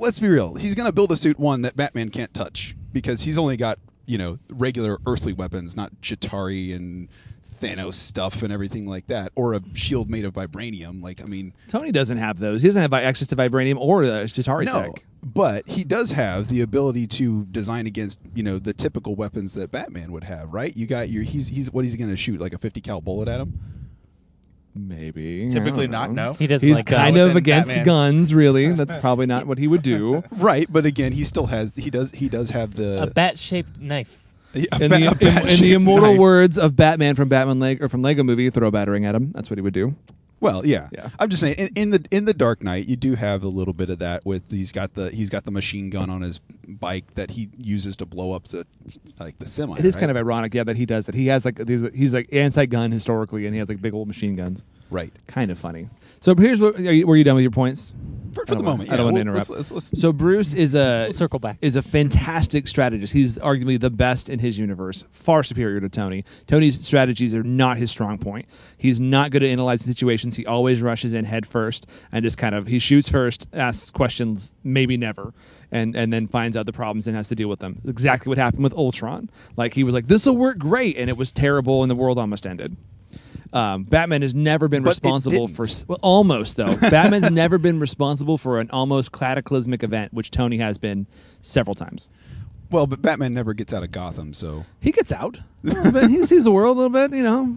[SPEAKER 3] let's be real, he's gonna build a suit one that Batman can't touch because he's only got you know regular earthly weapons, not Chitari and Thanos stuff and everything like that, or a shield made of vibranium. Like, I mean.
[SPEAKER 2] Tony doesn't have those. He doesn't have access to vibranium or the Chitari tech.
[SPEAKER 3] but he does have the ability to design against you know the typical weapons that Batman would have, right? You got your he's he's what he's going to shoot like a fifty cal bullet at him.
[SPEAKER 2] Maybe. I
[SPEAKER 4] Typically
[SPEAKER 2] don't
[SPEAKER 4] not,
[SPEAKER 2] know.
[SPEAKER 4] no.
[SPEAKER 1] He doesn't
[SPEAKER 2] He's
[SPEAKER 1] like uh,
[SPEAKER 2] kind
[SPEAKER 1] guns.
[SPEAKER 2] of
[SPEAKER 4] Within
[SPEAKER 2] against
[SPEAKER 4] Batman.
[SPEAKER 2] guns, really. That's probably not what he would do.
[SPEAKER 3] Right, but again, he still has he does he does have the
[SPEAKER 1] a bat-shaped knife.
[SPEAKER 3] a
[SPEAKER 2] In
[SPEAKER 3] ba-
[SPEAKER 2] the,
[SPEAKER 3] a
[SPEAKER 2] in- in,
[SPEAKER 3] bat-shaped
[SPEAKER 2] the immortal
[SPEAKER 3] knife.
[SPEAKER 2] words of Batman from Batman Leg or from Lego Movie, throw a battering at him. That's what he would do.
[SPEAKER 3] Well, yeah.
[SPEAKER 2] Yeah.
[SPEAKER 3] I'm just saying in, in the in the Dark Knight, you do have a little bit of that with he's got the he's got the machine gun on his bike that he uses to blow up the like the semi.
[SPEAKER 2] It is kind of ironic, yeah, that he does that. He has like these, he's like anti-gun historically, and he has like big old machine guns.
[SPEAKER 3] right
[SPEAKER 2] Kind of funny. So here's what are you, were you done with your points?
[SPEAKER 3] for,
[SPEAKER 2] I
[SPEAKER 3] for the
[SPEAKER 2] don't wanna-
[SPEAKER 3] moment.
[SPEAKER 2] I don't
[SPEAKER 3] yeah,
[SPEAKER 2] want to
[SPEAKER 3] well,
[SPEAKER 2] interrupt.
[SPEAKER 3] let's- let's- let's-
[SPEAKER 2] So Bruce is a
[SPEAKER 1] We'll circle back.
[SPEAKER 2] is a fantastic strategist. He's arguably the best in his universe, far superior to Tony. Tony's strategies are not his strong point. He's not good at analyzing situations. He always rushes in head first and just kind of he shoots first, asks questions, maybe never, and and then finds out the problems and has to deal with them. Exactly what happened with Ultron. Like he was like, "This will work great," and it was terrible, and the world almost ended. Um, Batman has never been
[SPEAKER 3] But it
[SPEAKER 2] responsible
[SPEAKER 3] didn't.
[SPEAKER 2] for well, almost though. Batman's never been responsible for an almost cataclysmic event, which Tony has been several times.
[SPEAKER 3] well, but Batman never gets out of Gotham, so
[SPEAKER 2] He gets out, but he sees the world a little bit, you know.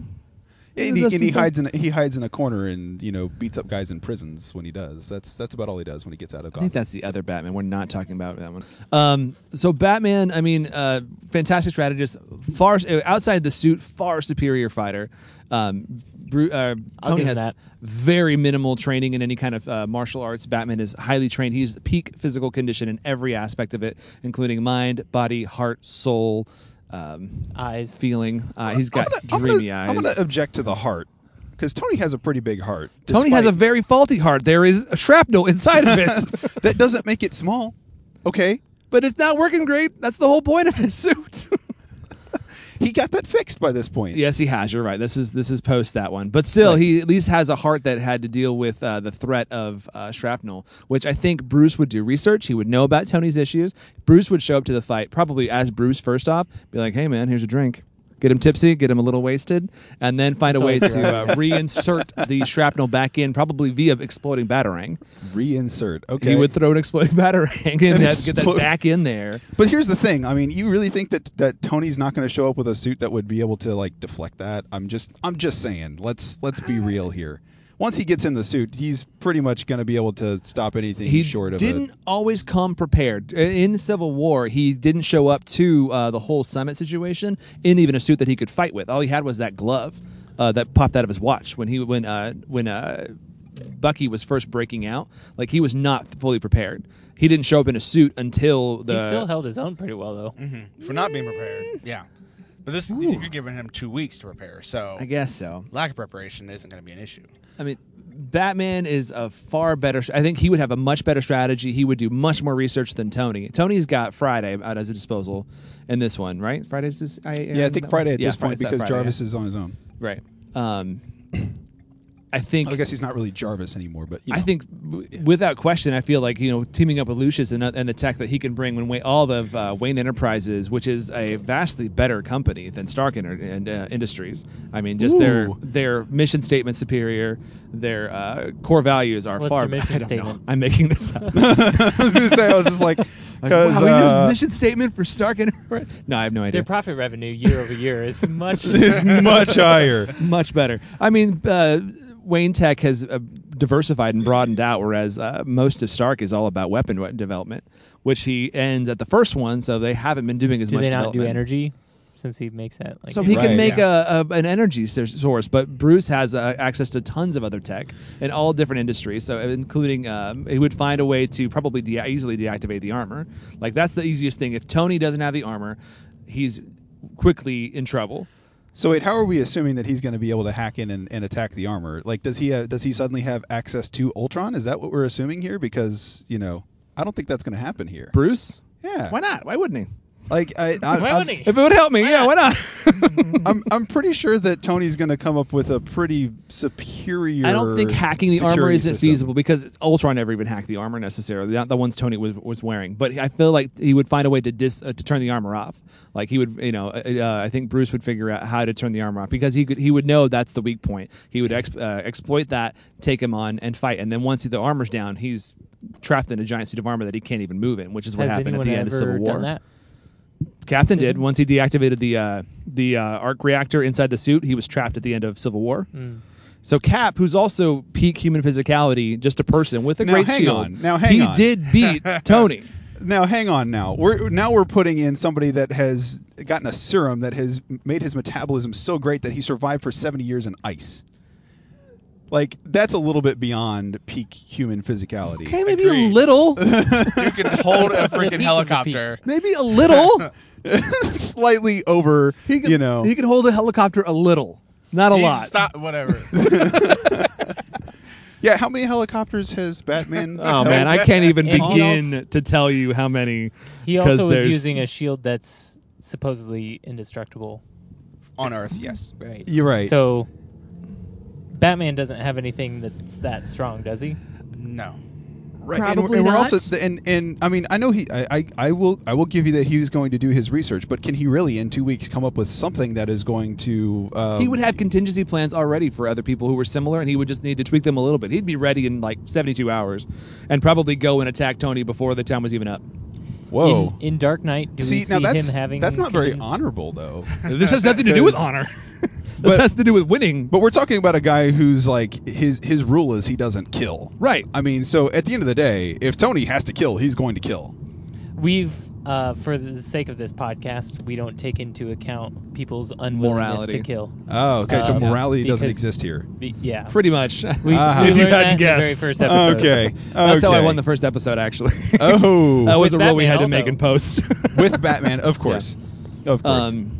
[SPEAKER 3] and he,
[SPEAKER 2] That's
[SPEAKER 3] and he
[SPEAKER 2] the thing.
[SPEAKER 3] hides in he hides in a corner and you know beats up guys in prisons when he does. That's that's about all he does when he gets out of
[SPEAKER 2] I
[SPEAKER 3] Gotham.
[SPEAKER 2] think that's the other Batman. We're not talking about that one. Um, so Batman, I mean, uh, fantastic strategist, far uh, outside the suit, far superior fighter. Um, Bru- uh,
[SPEAKER 1] I'll
[SPEAKER 2] Tony
[SPEAKER 1] give him
[SPEAKER 2] has
[SPEAKER 1] that.
[SPEAKER 2] very minimal training in any kind of uh, martial arts. Batman is highly trained. He's peak physical condition in every aspect of it, including mind, body, heart, soul. um,
[SPEAKER 1] eyes.
[SPEAKER 2] feeling. Uh, he's got
[SPEAKER 3] I'm gonna-
[SPEAKER 2] dreamy
[SPEAKER 3] I'm
[SPEAKER 2] eyes.
[SPEAKER 3] going to object to the heart because Tony has a pretty big heart.
[SPEAKER 2] Tony has a
[SPEAKER 3] despite-
[SPEAKER 2] very faulty heart. There is a shrapnel inside of it,
[SPEAKER 3] that doesn't make it small. Okay,
[SPEAKER 2] but it's not working great. That's the whole point of his suit.
[SPEAKER 3] he got that fixed by this point.
[SPEAKER 2] yes, he has. You're right. This is this is post that one, but still, he at least has a heart that had to deal with uh, the threat of uh, shrapnel, which I think Bruce would do research. He would know about Tony's issues. Bruce would show up to the fight probably as Bruce first off, be like, "Hey, man, here's a drink." Get him tipsy, get him a little wasted, and then find a way
[SPEAKER 1] always
[SPEAKER 2] to uh, reinsert the shrapnel back in, probably via exploding batarang.
[SPEAKER 3] Reinsert. Okay,
[SPEAKER 2] He would throw an exploding batarang and
[SPEAKER 3] And
[SPEAKER 2] have to get that
[SPEAKER 3] explode.
[SPEAKER 2] back in there.
[SPEAKER 3] But here's the thing. I mean, you really think that that Tony's not going to show up with a suit that would be able to like deflect that? I'm just I'm just saying. Let's let's be real here. Once he gets in the suit, he's pretty much going to be able to stop anything
[SPEAKER 2] He
[SPEAKER 3] short of
[SPEAKER 2] didn't
[SPEAKER 3] a
[SPEAKER 2] always come prepared. I- In the Civil War, he didn't show up to uh, the whole summit situation in even a suit that he could fight with. All he had was that glove uh, that popped out of his watch when he when uh, when uh, Bucky was first breaking out. Like he was not fully prepared. He didn't show up in a suit until the
[SPEAKER 1] he still held his own pretty well though.
[SPEAKER 4] for not being prepared. Yeah, but this you're giving him two weeks to prepare, so
[SPEAKER 2] I guess so.
[SPEAKER 4] lack of preparation isn't going to be an issue.
[SPEAKER 2] I mean, Batman is a far better. I think he would have a much better strategy. He would do much more research than Tony. Tony's got Friday out as a disposal in this one, right? Friday's this. I, um,
[SPEAKER 3] Yeah, I think Friday at this
[SPEAKER 2] Friday's
[SPEAKER 3] point
[SPEAKER 2] that
[SPEAKER 3] because
[SPEAKER 2] Friday,
[SPEAKER 3] Jarvis is on his own.
[SPEAKER 2] yeah. right. Um, I think.
[SPEAKER 3] I guess he's not really Jarvis anymore, but you
[SPEAKER 2] I
[SPEAKER 3] know.
[SPEAKER 2] think, w- without question, I feel like you know teaming up with Lucius and, uh, and the tech that he can bring when Wayne, all of uh, Wayne Enterprises, which is a vastly better company than Stark Inter- and, uh, Industries. I mean, just their
[SPEAKER 3] Ooh.
[SPEAKER 2] their mission statement superior, their uh, core values are
[SPEAKER 1] What's
[SPEAKER 2] far.
[SPEAKER 1] the mission
[SPEAKER 2] I don't know.
[SPEAKER 1] statement?
[SPEAKER 2] I'm making this up.
[SPEAKER 3] I was going to say I was just like because uh,
[SPEAKER 2] wow, he knows the mission statement for Stark Enterprise. No, I have no
[SPEAKER 1] Their
[SPEAKER 2] idea.
[SPEAKER 1] profit revenue year over year is much.
[SPEAKER 3] is much higher.
[SPEAKER 2] Much better. I mean, uh, Wayne Tech has uh, diversified and broadened out, whereas uh, most of Stark is all about weapon we- development, which he ends at the first one, so they haven't been doing as
[SPEAKER 1] do
[SPEAKER 2] much
[SPEAKER 1] they not do
[SPEAKER 2] development.
[SPEAKER 1] energy? Since he makes that, like,
[SPEAKER 2] So he
[SPEAKER 3] Right,
[SPEAKER 2] can make
[SPEAKER 4] yeah.
[SPEAKER 2] a, a, an energy s- source, but Bruce has uh, access to tons of other tech in all different industries. So, including, um, he would find a way to probably de- easily deactivate the armor. Like that's the easiest thing. If Tony doesn't have the armor, he's quickly in trouble.
[SPEAKER 3] So wait, how are we assuming that he's going to be able to hack in and, and attack the armor? Like, does he uh, does he suddenly have access to Ultron? Is that what we're assuming here? Because you know, I don't think that's going to happen here.
[SPEAKER 2] Bruce,
[SPEAKER 3] Yeah,
[SPEAKER 2] why not? Why wouldn't he?
[SPEAKER 3] Like, I, I,
[SPEAKER 1] why
[SPEAKER 3] I'm,
[SPEAKER 1] wouldn't he?
[SPEAKER 2] If it would help me, yeah, why not?
[SPEAKER 3] I'm I'm pretty sure that Tony's going to come up with a pretty superior.
[SPEAKER 2] I don't think hacking the armor
[SPEAKER 3] security
[SPEAKER 2] isn't
[SPEAKER 3] system.
[SPEAKER 2] feasible because Ultron never even hacked the armor necessarily. Not the ones Tony was, was wearing, but I feel like he would find a way to dis, uh, to turn the armor off. Like he would, you know, uh, uh, I think Bruce would figure out how to turn the armor off because he could he would know that's the weak point. He would ex, uh, exploit that, take him on, and fight. And then once the armor's down, he's trapped in a giant suit of armor that he can't even move in, which is what
[SPEAKER 1] has
[SPEAKER 2] happened at
[SPEAKER 1] anyone
[SPEAKER 2] the
[SPEAKER 1] ever
[SPEAKER 2] end of Civil War.
[SPEAKER 1] done that?
[SPEAKER 2] Captain did once he deactivated the uh, the uh, arc reactor inside the suit. He was trapped at the end of Civil War. So Cap, who's also peak human physicality, just a person with a
[SPEAKER 3] Now,
[SPEAKER 2] great
[SPEAKER 3] hang
[SPEAKER 2] shield.
[SPEAKER 3] on. Now, hang
[SPEAKER 2] he
[SPEAKER 3] on.
[SPEAKER 2] did beat Tony.
[SPEAKER 3] Now, hang on. Now we're now we're putting in somebody that has gotten a serum that has made his metabolism so great that he survived for 70 years in ice. Like that's a little bit beyond peak human physicality.
[SPEAKER 2] Okay, maybe a
[SPEAKER 4] Agreed.
[SPEAKER 2] little,
[SPEAKER 4] You can hold
[SPEAKER 1] peak
[SPEAKER 4] a
[SPEAKER 1] of
[SPEAKER 4] freaking
[SPEAKER 1] the
[SPEAKER 4] helicopter.
[SPEAKER 2] maybe a little.
[SPEAKER 3] Slightly over,
[SPEAKER 2] He could,
[SPEAKER 3] you know.
[SPEAKER 2] he could hold a helicopter a little, not a
[SPEAKER 4] He
[SPEAKER 2] lot.
[SPEAKER 4] Stop. Whatever.
[SPEAKER 3] yeah, how many helicopters has Batman?
[SPEAKER 2] Oh man, I can't even
[SPEAKER 1] And he
[SPEAKER 2] begin to tell you how many.
[SPEAKER 1] He
[SPEAKER 2] 'cause
[SPEAKER 1] also was
[SPEAKER 2] there's-
[SPEAKER 1] using a shield that's supposedly indestructible.
[SPEAKER 4] On Earth, yes.
[SPEAKER 1] Right.
[SPEAKER 3] You're right.
[SPEAKER 1] So Batman doesn't have anything that's that strong, does he?
[SPEAKER 4] No.
[SPEAKER 3] right. and we're,
[SPEAKER 2] Probably
[SPEAKER 3] and we're
[SPEAKER 2] not.
[SPEAKER 3] also and and I mean I know he I, I I will I will give you that he was going to do his research, but can he really in two weeks come up with something that is going to? Um,
[SPEAKER 2] He would have contingency plans already for other people who were similar, and he would just need to tweak them a little bit. He'd be ready in like 72 hours and probably go and attack Tony before the time was even up.
[SPEAKER 3] Whoa.
[SPEAKER 1] In, in Dark Knight, do
[SPEAKER 3] see,
[SPEAKER 1] we see
[SPEAKER 3] now that's
[SPEAKER 1] him having
[SPEAKER 3] that's not very
[SPEAKER 1] contingency-
[SPEAKER 3] honorable though.
[SPEAKER 2] This has nothing to do with honor. this has to do with winning.
[SPEAKER 3] But we're talking about a guy who's like his his rule is he doesn't kill.
[SPEAKER 2] Right.
[SPEAKER 3] I mean, so at the end of the day, if Tony has to kill, he's going to kill.
[SPEAKER 1] We've uh, for the sake of this podcast, we don't take into account people's unwillingness
[SPEAKER 2] Morality.
[SPEAKER 1] to kill.
[SPEAKER 3] Oh, okay. so
[SPEAKER 1] Um,
[SPEAKER 3] morality doesn't
[SPEAKER 1] because-
[SPEAKER 3] exist here.
[SPEAKER 1] Be- yeah.
[SPEAKER 2] Pretty much.
[SPEAKER 1] we,
[SPEAKER 3] Ah.
[SPEAKER 1] we
[SPEAKER 3] If
[SPEAKER 2] you
[SPEAKER 1] learned
[SPEAKER 2] hadn't
[SPEAKER 1] that in the very
[SPEAKER 2] guessed.
[SPEAKER 1] first episode.
[SPEAKER 2] That's how I won the first episode, actually.
[SPEAKER 3] Oh,
[SPEAKER 2] that was
[SPEAKER 1] With
[SPEAKER 2] a rule we
[SPEAKER 1] Batman
[SPEAKER 2] had to
[SPEAKER 1] also.
[SPEAKER 2] make in post.
[SPEAKER 3] with Batman, of course. Of course.
[SPEAKER 2] Um,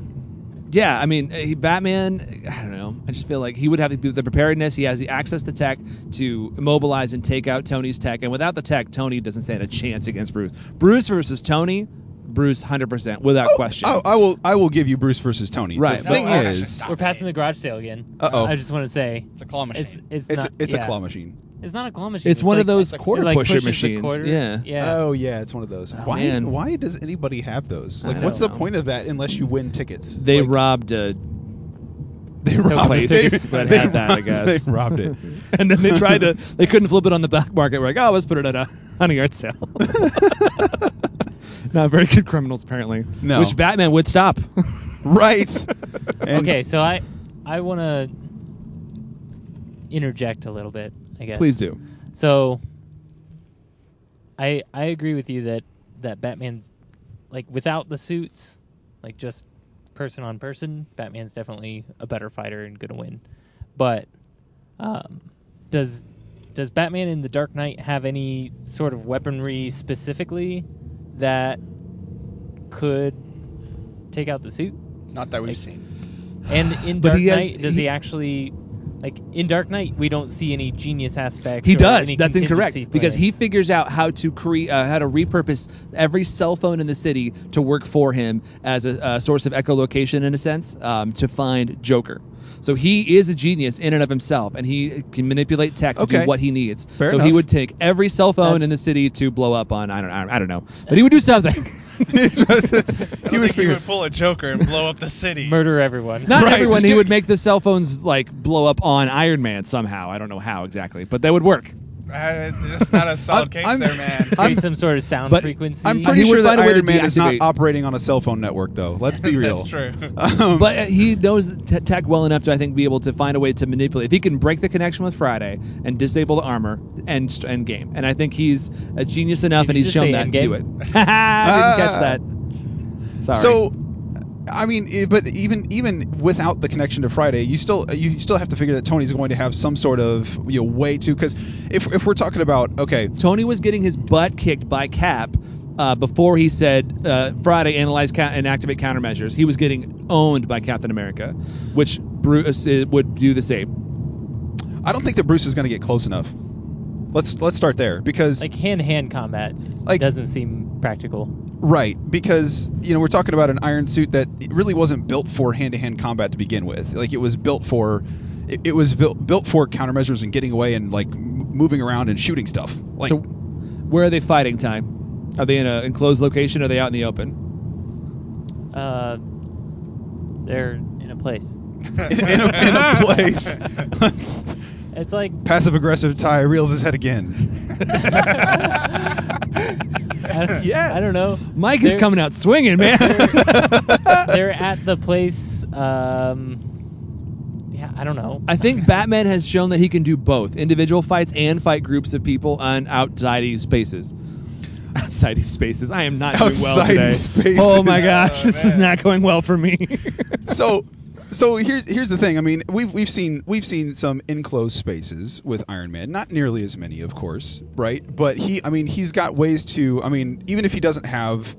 [SPEAKER 2] yeah, I mean, eh, he, Batman. I don't know. I just feel like he would have the- the preparedness. He has the access to tech to mobilize and take out Tony's tech. And without the tech, Tony doesn't stand a chance against Bruce. Bruce versus Tony, Bruce, hundred percent, without
[SPEAKER 3] Oh,
[SPEAKER 2] question.
[SPEAKER 3] I, I will. I will give you Bruce versus Tony.
[SPEAKER 2] Right,
[SPEAKER 3] The
[SPEAKER 2] but-
[SPEAKER 3] thing
[SPEAKER 4] Oh, gosh,
[SPEAKER 3] is,
[SPEAKER 1] We're passing the garage sale again.
[SPEAKER 3] Uh-oh.
[SPEAKER 1] I just want to say
[SPEAKER 4] It's a claw machine.
[SPEAKER 1] it's it's
[SPEAKER 3] it's
[SPEAKER 1] not,
[SPEAKER 3] it's
[SPEAKER 1] yeah.
[SPEAKER 3] a claw machine.
[SPEAKER 1] It's not a claw machine.
[SPEAKER 2] it's, one
[SPEAKER 1] like-
[SPEAKER 2] of those
[SPEAKER 1] it, like,
[SPEAKER 2] quarter pusher
[SPEAKER 1] pushes the
[SPEAKER 2] machines.
[SPEAKER 1] quarter.
[SPEAKER 2] Yeah.
[SPEAKER 1] yeah.
[SPEAKER 3] Oh yeah, it's one of those. why?
[SPEAKER 2] man.
[SPEAKER 3] Why does anybody have those? Like,
[SPEAKER 2] don't
[SPEAKER 3] what's the
[SPEAKER 2] know.
[SPEAKER 3] point of that unless you win tickets?
[SPEAKER 2] They
[SPEAKER 3] like,
[SPEAKER 2] robbed a,
[SPEAKER 3] They robbed
[SPEAKER 2] place
[SPEAKER 3] they-
[SPEAKER 2] that
[SPEAKER 3] they
[SPEAKER 2] had that, I
[SPEAKER 3] robbed-
[SPEAKER 2] guess.
[SPEAKER 3] they robbed it.
[SPEAKER 2] and then they tried to. They couldn't flip it on the black market. We're like, oh, let's put it at a on a yard sale. Not very good criminals, apparently.
[SPEAKER 3] No.
[SPEAKER 2] Which Batman would stop.
[SPEAKER 3] right. And-
[SPEAKER 1] Okay, so I I want to interject a little bit. I guess
[SPEAKER 2] Please do.
[SPEAKER 1] So I I agree with you that that Batman's like without the suits, like just person on person, Batman's definitely a better fighter and gonna win. But um, does does Batman in the Dark Knight have any sort of weaponry specifically that could take out the suit?
[SPEAKER 4] Not that we've
[SPEAKER 1] Like-
[SPEAKER 4] seen.
[SPEAKER 1] And in
[SPEAKER 2] But
[SPEAKER 1] Dark
[SPEAKER 2] he has-
[SPEAKER 1] Knight, does
[SPEAKER 2] he-
[SPEAKER 1] he, actually like in Dark Knight? We don't see any genius aspects.
[SPEAKER 2] He
[SPEAKER 1] or
[SPEAKER 2] does.
[SPEAKER 1] any
[SPEAKER 2] That's incorrect
[SPEAKER 1] contingency
[SPEAKER 2] because he
[SPEAKER 1] plans.
[SPEAKER 2] figures out how to create, uh, how to repurpose every cell phone in the city to work for him as a, a source of echolocation, in a sense, um, to find Joker. So he is a genius in and of himself, and he can manipulate tech to
[SPEAKER 3] Okay.
[SPEAKER 2] do what he needs.
[SPEAKER 3] Fair
[SPEAKER 2] so he
[SPEAKER 3] enough.
[SPEAKER 2] would take every cell phone in the city to blow up on. I don't. I don't, I don't know, but he would do something.
[SPEAKER 4] I
[SPEAKER 3] he
[SPEAKER 4] don't
[SPEAKER 3] would
[SPEAKER 4] think he
[SPEAKER 3] figure.
[SPEAKER 4] would pull a Joker and blow up the city.
[SPEAKER 1] murder everyone.
[SPEAKER 2] Not
[SPEAKER 3] Right.
[SPEAKER 2] everyone.
[SPEAKER 3] Just
[SPEAKER 2] He
[SPEAKER 3] get-
[SPEAKER 2] would make the cell phones like blow up on Iron Man somehow. I don't know how exactly, but that would work.
[SPEAKER 4] Uh, it's not a solid
[SPEAKER 3] I'm-
[SPEAKER 4] case
[SPEAKER 3] I'm-
[SPEAKER 4] there, man.
[SPEAKER 1] create
[SPEAKER 3] I'm-
[SPEAKER 1] some sort of sound
[SPEAKER 2] but
[SPEAKER 1] frequency.
[SPEAKER 3] I'm
[SPEAKER 2] He
[SPEAKER 3] pretty
[SPEAKER 2] would
[SPEAKER 3] sure that
[SPEAKER 2] find a way to
[SPEAKER 3] Iron Man is not
[SPEAKER 2] deactivate-
[SPEAKER 3] operating on a cell phone network, though. Let's be real.
[SPEAKER 4] That's true.
[SPEAKER 2] But uh, he knows the te- tech well enough to, I think, be able to find a way to manipulate. If he can break the connection with Friday and disable the armor, end, st- end game. And I think he's a genius enough,
[SPEAKER 1] Did
[SPEAKER 2] and
[SPEAKER 1] you
[SPEAKER 2] he's
[SPEAKER 1] just
[SPEAKER 2] shown
[SPEAKER 1] say
[SPEAKER 2] that
[SPEAKER 1] end
[SPEAKER 2] to do it.
[SPEAKER 1] game?
[SPEAKER 2] I didn't catch that. Sorry.
[SPEAKER 3] Uh, So, I mean, it- but even even without the connection to Friday, you still you still have to figure that Tony's going to have some sort of you know way to because if if we're talking about okay,
[SPEAKER 2] Tony was getting his butt kicked by Cap. Uh, before he said uh, Friday, analyze ca- and activate countermeasures, he was getting owned by Captain America, which Bruce uh, would do the same.
[SPEAKER 3] I don't think that Bruce is going to get close enough. Let's let's start there because
[SPEAKER 1] like hand to hand combat
[SPEAKER 3] Like-
[SPEAKER 1] doesn't seem practical.
[SPEAKER 3] Right, because you know we're talking about an iron suit that it really wasn't built for hand-to-hand combat to begin with. Like it was built for, it, it was built built for countermeasures and getting away and like m- moving around and shooting stuff. Like
[SPEAKER 2] so, where are they fighting time? Are they in an enclosed location? Or are they out in the open?
[SPEAKER 1] Uh, they're in a place.
[SPEAKER 3] in, a, in a place,
[SPEAKER 1] It's like
[SPEAKER 3] passive-aggressive Ty reels his head again.
[SPEAKER 1] I,
[SPEAKER 2] Yes.
[SPEAKER 1] I don't know.
[SPEAKER 2] Mike is
[SPEAKER 1] They're-
[SPEAKER 2] coming out swinging, man.
[SPEAKER 1] They're at the place. Um, yeah, I don't know.
[SPEAKER 2] I think Batman has shown that he can do both individual fights and fight groups of people on outside spaces. Outside spaces. I am not doing well
[SPEAKER 3] Outside
[SPEAKER 2] today.
[SPEAKER 3] spaces.
[SPEAKER 2] Oh my gosh,
[SPEAKER 4] Oh,
[SPEAKER 2] this is
[SPEAKER 4] man.
[SPEAKER 2] not going well for me.
[SPEAKER 3] So, so here's here's the thing. I mean, we've we've seen we've seen some enclosed spaces with Iron Man. Not nearly as many, of course, right? But he, I mean, he's got ways to. I mean, even if he doesn't have,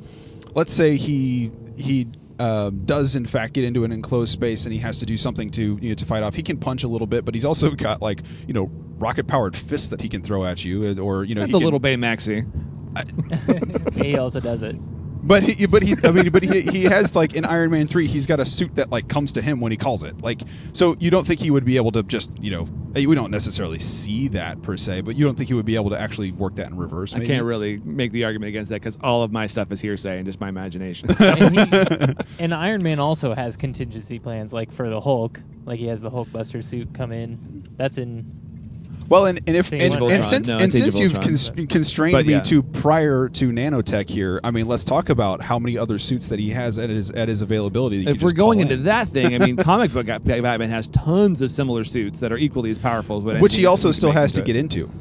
[SPEAKER 3] let's say he he. Um, does in fact get into an enclosed space and he has to do something to you know to fight off. He can punch a little bit, but he's also got like you know rocket powered fists that he can throw at you, uh, or you know
[SPEAKER 2] That's
[SPEAKER 3] he
[SPEAKER 2] a
[SPEAKER 3] can-
[SPEAKER 2] little Baymaxy.
[SPEAKER 1] he also does it.
[SPEAKER 3] but he, but he, I mean, but he, he has like in Iron Man three, he's got a suit that like comes to him when he calls it. Like, so you don't think he would be able to just, you know, eh, we don't necessarily see that per se, but you don't think he would be able to actually work that in reverse?
[SPEAKER 2] I
[SPEAKER 3] Maybe?
[SPEAKER 2] can't really make the argument against that because all of my stuff is hearsay and just my imagination.
[SPEAKER 1] And, he, and Iron Man also has contingency plans, like for the Hulk. Like he has the Hulk Buster suit come in. That's in.
[SPEAKER 3] Well, and, and if
[SPEAKER 1] Age
[SPEAKER 3] and,
[SPEAKER 1] of Ultron.
[SPEAKER 3] and since
[SPEAKER 2] No,
[SPEAKER 3] and
[SPEAKER 2] it's Age of
[SPEAKER 3] since you've
[SPEAKER 2] Ultron,
[SPEAKER 3] cons-
[SPEAKER 2] but-
[SPEAKER 3] constrained
[SPEAKER 2] but yeah.
[SPEAKER 3] me to prior to nanotech here, I mean, let's talk about how many other suits that he has at his at his availability. that you
[SPEAKER 2] if
[SPEAKER 3] could
[SPEAKER 2] we're
[SPEAKER 3] just call
[SPEAKER 2] going
[SPEAKER 3] in.
[SPEAKER 2] into that thing, I mean, comic book Batman has tons of similar suits that are equally as powerful as what
[SPEAKER 3] which
[SPEAKER 2] anything
[SPEAKER 3] he
[SPEAKER 2] that
[SPEAKER 3] also
[SPEAKER 2] we can
[SPEAKER 3] still
[SPEAKER 2] make
[SPEAKER 3] has to
[SPEAKER 2] into it.
[SPEAKER 3] get into.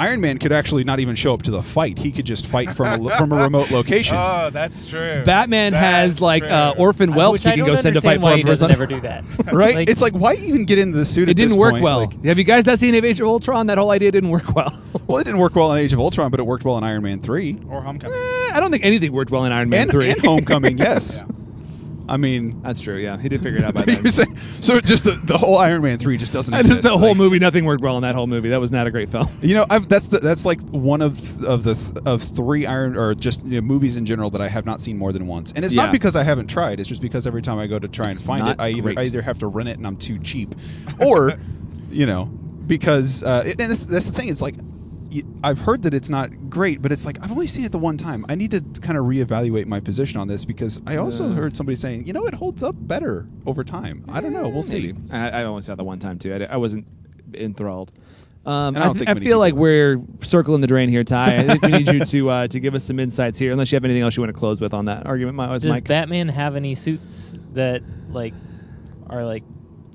[SPEAKER 3] Iron Man could actually not even show up to the fight. He could just fight from a, lo- from a remote location.
[SPEAKER 2] Uh,
[SPEAKER 4] oh, that's true.
[SPEAKER 2] Batman
[SPEAKER 4] That's
[SPEAKER 2] has like
[SPEAKER 4] true.
[SPEAKER 2] uh, orphan whelps
[SPEAKER 1] Which
[SPEAKER 2] he
[SPEAKER 1] I
[SPEAKER 2] can
[SPEAKER 1] don't
[SPEAKER 2] go send to
[SPEAKER 1] understand
[SPEAKER 2] fight for
[SPEAKER 1] why
[SPEAKER 2] him
[SPEAKER 1] he
[SPEAKER 2] for
[SPEAKER 1] doesn't
[SPEAKER 2] something.
[SPEAKER 1] ever do that.
[SPEAKER 3] right?
[SPEAKER 1] Like-
[SPEAKER 3] it's like why even get into the suit?
[SPEAKER 2] It
[SPEAKER 3] at
[SPEAKER 2] didn't
[SPEAKER 3] this
[SPEAKER 2] work
[SPEAKER 3] point?
[SPEAKER 2] well.
[SPEAKER 3] Like,
[SPEAKER 2] Have you guys not seen Age of Ultron? That whole idea didn't work well.
[SPEAKER 3] well, it didn't work well in Age of Ultron, but it worked well in Iron Man three
[SPEAKER 4] or Homecoming.
[SPEAKER 2] Eh, I don't think anything worked well in Iron Man
[SPEAKER 3] and,
[SPEAKER 2] three.
[SPEAKER 3] and Homecoming. Yes,
[SPEAKER 4] Yeah.
[SPEAKER 3] I mean,
[SPEAKER 2] That's true. Yeah, he did figure it out by then.
[SPEAKER 3] you're saying, so just the, the whole Iron Man three just doesn't
[SPEAKER 2] I just
[SPEAKER 3] exist.
[SPEAKER 2] the whole
[SPEAKER 3] Like,
[SPEAKER 2] movie. Nothing worked well in that whole movie. That was not a great film.
[SPEAKER 3] You know, I've, that's the, that's like one of th- of the th- of three Iron or just you know, movies in general that I have not seen more than once, and it's
[SPEAKER 2] Yeah.
[SPEAKER 3] not because I haven't tried. It's just because every time I go to try
[SPEAKER 2] It's
[SPEAKER 3] and find
[SPEAKER 2] not
[SPEAKER 3] it, I either,
[SPEAKER 2] great.
[SPEAKER 3] I either have to rent it and I'm too cheap, or you know, because uh, it, and that's, that's the thing. It's like y- I've heard that it's not great, but it's like I've only seen it the one time. I need to kind of reevaluate my position on this because I also
[SPEAKER 2] Yeah.
[SPEAKER 3] heard somebody saying, you know, it holds up better over time. I don't know. We'll see.
[SPEAKER 2] Maybe. I, I only saw that one time too. I, di- I wasn't enthralled. Um,
[SPEAKER 3] And I
[SPEAKER 2] I,
[SPEAKER 3] don't
[SPEAKER 2] th-
[SPEAKER 3] think
[SPEAKER 2] I
[SPEAKER 3] many
[SPEAKER 2] feel
[SPEAKER 3] people
[SPEAKER 2] like we're circling the drain here, Ty. I think we need you to uh, to give us some insights here, unless you have anything else you want to close with on that argument, Mi- was
[SPEAKER 1] Does
[SPEAKER 2] Mike.
[SPEAKER 1] Batman have any suits that like are like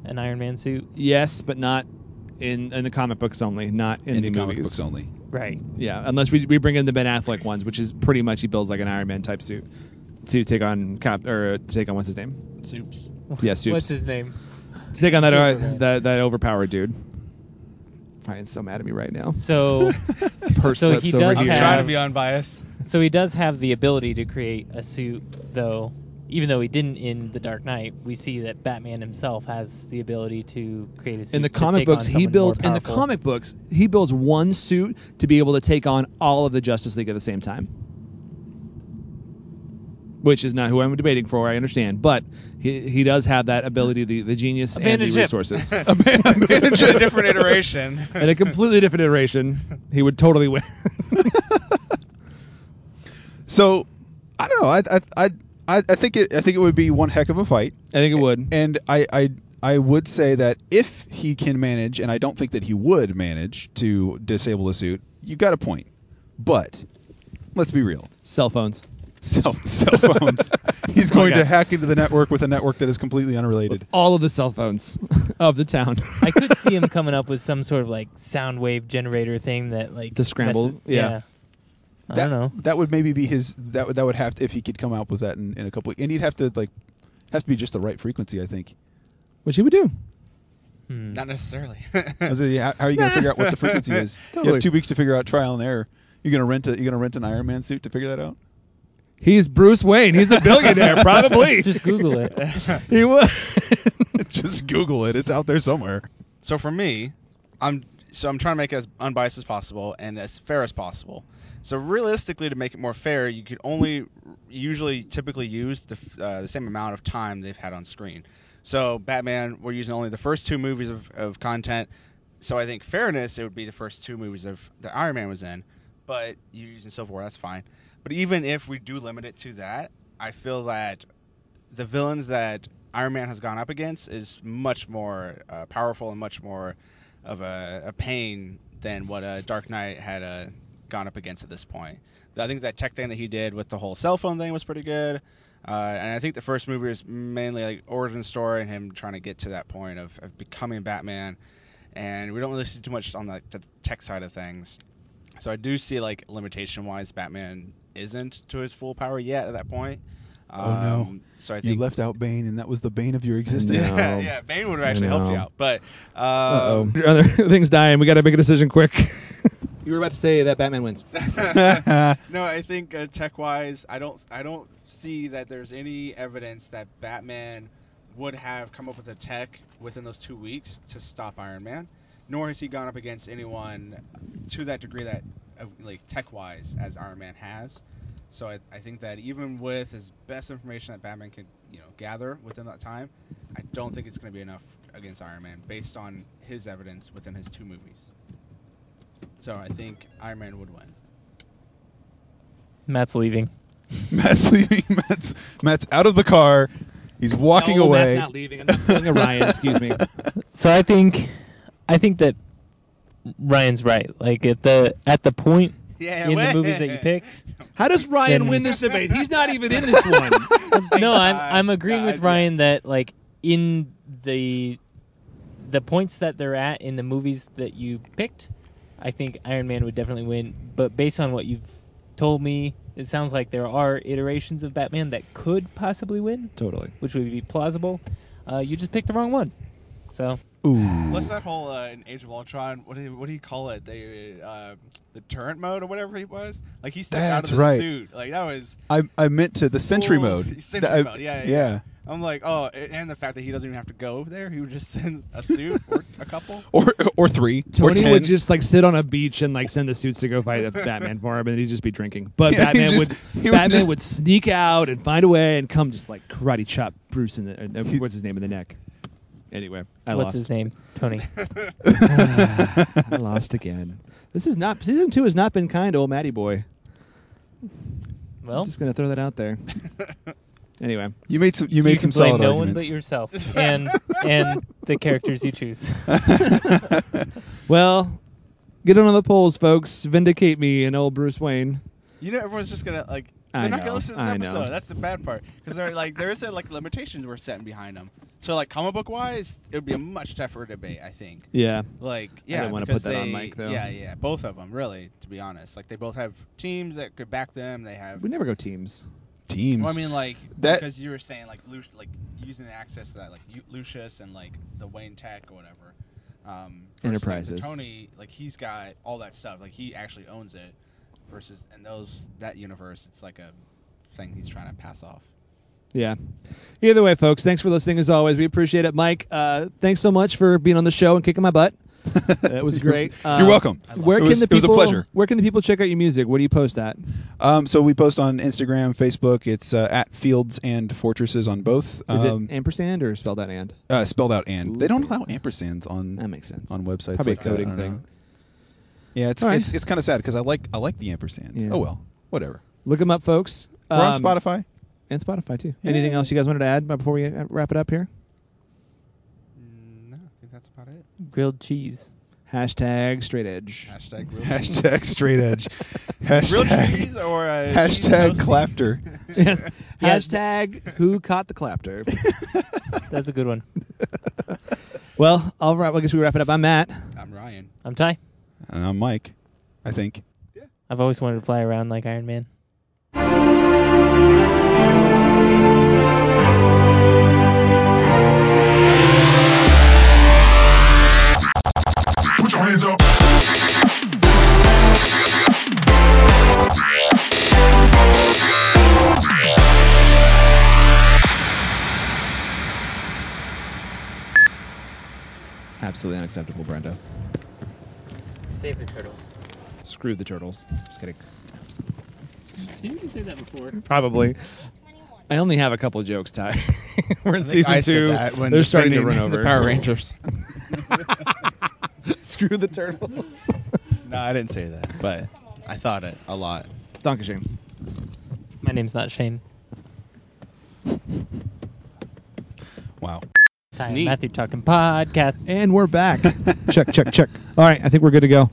[SPEAKER 1] an Iron Man suit?
[SPEAKER 2] yes, but not in in the comic books only, not in,
[SPEAKER 3] In
[SPEAKER 2] the,
[SPEAKER 3] the comic
[SPEAKER 2] movies.
[SPEAKER 3] books only.
[SPEAKER 1] Right.
[SPEAKER 2] Yeah, unless we, we bring in the Ben Affleck ones, which is pretty much he builds like an Iron Man type suit to take on cop or to take on what's his name
[SPEAKER 4] Soups.
[SPEAKER 2] Yeah, suits.
[SPEAKER 1] What's his name?
[SPEAKER 2] to take on that uh,
[SPEAKER 1] Superman.
[SPEAKER 2] that that overpowered dude. Ryan's so mad at me right now.
[SPEAKER 1] So
[SPEAKER 2] Purse
[SPEAKER 1] So
[SPEAKER 2] lips
[SPEAKER 1] he
[SPEAKER 2] over
[SPEAKER 1] does
[SPEAKER 4] I'm
[SPEAKER 2] here.
[SPEAKER 1] have-
[SPEAKER 4] trying to be unbiased.
[SPEAKER 1] so he does have the ability to create a suit though even though he didn't in the Dark Knight, we see that Batman himself has the ability to create a suit.
[SPEAKER 2] in the
[SPEAKER 1] to
[SPEAKER 2] comic
[SPEAKER 1] take on
[SPEAKER 2] books he
[SPEAKER 1] someone
[SPEAKER 2] builds
[SPEAKER 1] more
[SPEAKER 2] in the
[SPEAKER 1] powerful.
[SPEAKER 2] comic books he builds one suit to be able to take on all of the justice league at the same time which is not who i'm debating for i understand but he, he does have that ability the, the genius and the
[SPEAKER 1] Abandoned ship.
[SPEAKER 2] resources
[SPEAKER 4] it's a different iteration.
[SPEAKER 2] in a completely different iteration he would totally win
[SPEAKER 3] So I don't know. I I I I I think it I think it would be one heck of a fight,
[SPEAKER 2] i think it would
[SPEAKER 3] and I I I would say that if he can manage, and I don't think that he would manage to disable the suit, you got a point. But let's be real.
[SPEAKER 2] cell phones
[SPEAKER 3] Cell, cell phones. He's going
[SPEAKER 1] Oh,
[SPEAKER 2] Okay.
[SPEAKER 3] to hack into the network with a network that is completely unrelated.
[SPEAKER 2] all of the cell phones of the town
[SPEAKER 1] I could see him coming up with some sort of like sound wave generator thing that like
[SPEAKER 2] To scramble,
[SPEAKER 1] messes-
[SPEAKER 2] yeah.
[SPEAKER 1] I
[SPEAKER 3] that,
[SPEAKER 1] don't know.
[SPEAKER 3] That would maybe be his. That would that would have to, if he could come out with that in, in a couple. And he'd have to like have to be just the right frequency. I think.
[SPEAKER 2] which he would do
[SPEAKER 1] Hmm.
[SPEAKER 4] Not necessarily.
[SPEAKER 3] I was like, yeah, how are you going to figure out what the frequency is? You
[SPEAKER 2] Totally.
[SPEAKER 3] have two weeks to figure out trial and error. You're going to rent a, you're going to rent an Iron Man suit to figure that out.
[SPEAKER 2] he's bruce wayne he's a billionaire probably
[SPEAKER 1] Just Google it.
[SPEAKER 2] he would
[SPEAKER 3] Just Google it. It's out there somewhere.
[SPEAKER 4] so for me, I'm so I'm trying to make it as unbiased as possible and as fair as possible. So realistically, to make it more fair, you could only usually typically use the, f- uh, the same amount of time they've had on screen. So Batman, we're using only the first two movies of, of content. So I think fairness, it would be the first two movies of that Iron Man was in. But you're using Civil War, that's fine. But even if we do limit it to that, I feel that the villains that Iron Man has gone up against is much more uh, powerful and much more of a, a pain than what uh, Dark Knight had uh, gone up against at this point. I think that tech thing that he did with the whole cell phone thing was pretty good. Uh, and I think the first movie is mainly like origin story and him trying to get to that point of, of becoming Batman. And we don't really see too much on the, the tech side of things. So I do see like limitation wise, Batman isn't to his full power yet at that point. Um,
[SPEAKER 3] Oh, no.
[SPEAKER 4] So I
[SPEAKER 3] You
[SPEAKER 4] think
[SPEAKER 3] left out Bane, and that was the bane of your existence.
[SPEAKER 4] yeah, yeah, Bane would have actually
[SPEAKER 2] I
[SPEAKER 4] helped you
[SPEAKER 2] know.
[SPEAKER 4] out, but uh,
[SPEAKER 2] Uh-oh. Your other things dying. We got to make a decision quick. Um, you were about to say that Batman wins.
[SPEAKER 4] no, I think uh, tech-wise, I don't, I don't see that there's any evidence that Batman would have come up with a tech within those two weeks to stop Iron Man, nor has he gone up against anyone to that degree that, uh, like tech-wise, as Iron Man has. So I, I think that even with his best information that Batman could, you know, gather within that time, I don't think it's going to be enough against Iron Man based on his evidence within his two movies. So I think Iron Man would win.
[SPEAKER 1] Matt's leaving.
[SPEAKER 3] Matt's leaving. Matt's Matt's out of the car. He's walking away.
[SPEAKER 2] not leaving. I'm not calling a Ryan. Excuse me.
[SPEAKER 1] So I think, I think that Ryan's right. Like at the at the point
[SPEAKER 4] Yeah,
[SPEAKER 1] in
[SPEAKER 4] way.
[SPEAKER 1] the movies that you picked.
[SPEAKER 2] How does Ryan
[SPEAKER 1] Then-
[SPEAKER 2] win this debate? He's not even in this one.
[SPEAKER 1] no, I'm
[SPEAKER 4] God.
[SPEAKER 1] I'm agreeing with
[SPEAKER 4] God.
[SPEAKER 1] Ryan that like in the the points that they're at in the movies that you picked, I think Iron Man would definitely win. But based on what you've told me, it sounds like there are iterations of Batman that could possibly win,
[SPEAKER 2] totally.
[SPEAKER 1] which would be plausible. Uh, you just picked the wrong one. So
[SPEAKER 3] Ooh.
[SPEAKER 4] What's that whole uh, in Age of Ultron? What do you, what do you call it? The uh, the turret mode or whatever he was. Like he stepped out
[SPEAKER 3] That's
[SPEAKER 4] of the
[SPEAKER 3] right.
[SPEAKER 4] suit. Like that was
[SPEAKER 3] I I meant to the Sentry
[SPEAKER 4] Ooh,
[SPEAKER 3] mode.
[SPEAKER 4] Sentry
[SPEAKER 3] I-
[SPEAKER 4] mode, yeah, yeah,
[SPEAKER 3] yeah.
[SPEAKER 4] I'm like, oh, a- and the fact that he doesn't even have to go there. He would just send a suit or a couple.
[SPEAKER 3] or or three or
[SPEAKER 2] Tony
[SPEAKER 3] ten.
[SPEAKER 2] would just like sit on a beach and like send the suits to go fight Batman for him, and he'd just be drinking. But
[SPEAKER 3] Yeah, he
[SPEAKER 2] Batman
[SPEAKER 3] just-
[SPEAKER 2] would
[SPEAKER 3] he would
[SPEAKER 2] Batman would,
[SPEAKER 3] just-
[SPEAKER 2] sneak out and find a way and come just like karate chop Bruce in the uh, what's his name in the neck. Anyway, I
[SPEAKER 1] What's
[SPEAKER 2] lost.
[SPEAKER 1] his name? Tony.
[SPEAKER 2] Ah, I lost again. This is not season two has not been kind, to old Matty boy.
[SPEAKER 1] Well, Oh.
[SPEAKER 2] I'm just gonna throw that out there. anyway,
[SPEAKER 3] you made some. You made
[SPEAKER 1] you
[SPEAKER 3] some
[SPEAKER 1] can blame
[SPEAKER 3] solid
[SPEAKER 1] no one
[SPEAKER 3] arguments.
[SPEAKER 1] but yourself and and the characters you choose.
[SPEAKER 2] well, get on the polls, folks. Vindicate me and old Bruce Wayne.
[SPEAKER 4] You know, everyone's just gonna like. They're
[SPEAKER 2] I
[SPEAKER 4] not
[SPEAKER 2] know,
[SPEAKER 4] gonna listen to this
[SPEAKER 2] I know.
[SPEAKER 4] episode. That's the bad part because they're like there is a, like limitations we're setting behind them. So like comic book wise, it would be a much tougher debate, I think.
[SPEAKER 2] Yeah,
[SPEAKER 4] Like yeah,
[SPEAKER 2] didn't wanna put
[SPEAKER 4] because
[SPEAKER 2] that on
[SPEAKER 4] they-
[SPEAKER 2] Mike, though.
[SPEAKER 4] Yeah, yeah, both of them really. To be honest, like they both have teams that could back them. They have.
[SPEAKER 2] we never go teams.
[SPEAKER 3] Teams.
[SPEAKER 4] Well, I mean, like
[SPEAKER 3] That-
[SPEAKER 4] because you were saying like Lu- like using the access to that like you, Lucius and like the Wayne Tech or whatever. Um, versus, like, the
[SPEAKER 2] Enterprises.
[SPEAKER 4] Tony, like he's got all that stuff. Like he actually owns it. Versus and those that universe, it's like a thing he's trying to pass off.
[SPEAKER 2] Yeah. Either way, folks, thanks for listening as always. We appreciate it. Mike, uh, thanks so much for being on the show and kicking my butt. That was great. Um,
[SPEAKER 3] You're welcome. I love
[SPEAKER 2] Where
[SPEAKER 3] it.
[SPEAKER 2] can
[SPEAKER 3] It was-
[SPEAKER 2] the
[SPEAKER 3] it was a
[SPEAKER 2] people,
[SPEAKER 3] pleasure.
[SPEAKER 2] Where can the people check out your music? Where do you post that?
[SPEAKER 3] um, so we post on Instagram, Facebook. It's uh, at Fields and Fortresses on both.
[SPEAKER 2] Is
[SPEAKER 3] Um,
[SPEAKER 2] it ampersand or spelled out and?
[SPEAKER 3] uh, spelled out and? They don't
[SPEAKER 2] Ooh.
[SPEAKER 3] allow ampersands on
[SPEAKER 2] That makes sense.
[SPEAKER 3] on websites.
[SPEAKER 2] Probably
[SPEAKER 3] like
[SPEAKER 2] a
[SPEAKER 3] that. I
[SPEAKER 2] coding
[SPEAKER 3] don't
[SPEAKER 2] thing.
[SPEAKER 3] know. Yeah, it's
[SPEAKER 2] All right.
[SPEAKER 3] it's, it's kind of sad because I like I like the ampersand.
[SPEAKER 2] Yeah.
[SPEAKER 3] Oh well, whatever.
[SPEAKER 2] Look them up, folks.
[SPEAKER 3] We're on
[SPEAKER 2] Um,
[SPEAKER 3] Spotify.
[SPEAKER 2] And Spotify, too.
[SPEAKER 3] Yeah.
[SPEAKER 2] Anything else you guys wanted to add before we uh, wrap it up here?
[SPEAKER 4] No, I think that's about it.
[SPEAKER 1] Grilled cheese.
[SPEAKER 2] Hashtag straight edge.
[SPEAKER 4] Hashtag real cheese.
[SPEAKER 3] Hashtag straight edge.
[SPEAKER 4] real
[SPEAKER 3] Hashtag
[SPEAKER 4] cheese or a cheese
[SPEAKER 3] hashtag
[SPEAKER 4] toasty?
[SPEAKER 3] clapter.
[SPEAKER 2] yes.
[SPEAKER 1] Yeah.
[SPEAKER 2] Hashtag who caught the clapter.
[SPEAKER 1] That's a good one.
[SPEAKER 2] well, all right. Well, I guess we wrap it up. I'm Matt.
[SPEAKER 4] I'm Ryan.
[SPEAKER 1] I'm Ty.
[SPEAKER 3] And I'm Mike. I think.
[SPEAKER 1] I've always wanted to fly around like Iron Man.
[SPEAKER 5] Put your hands up.
[SPEAKER 2] Absolutely unacceptable, Brendo.
[SPEAKER 1] Save the turtles.
[SPEAKER 2] Screw the turtles. Just kidding.
[SPEAKER 1] Didn't you say that before?
[SPEAKER 2] Probably. I only have a couple of jokes, Ty. We're in season
[SPEAKER 4] I said
[SPEAKER 2] two.
[SPEAKER 4] that when
[SPEAKER 2] They're starting to run
[SPEAKER 4] defending
[SPEAKER 2] over.
[SPEAKER 4] The Power Rangers.
[SPEAKER 2] Screw the turtles.
[SPEAKER 4] no, I didn't say that, but I thought it a lot.
[SPEAKER 2] Donkey shame.
[SPEAKER 1] My name's not Shane.
[SPEAKER 3] Wow.
[SPEAKER 1] Ty and
[SPEAKER 4] Neat.
[SPEAKER 1] Matthew talking podcasts.
[SPEAKER 2] And we're back. check, check, check. All right, I think we're good to go.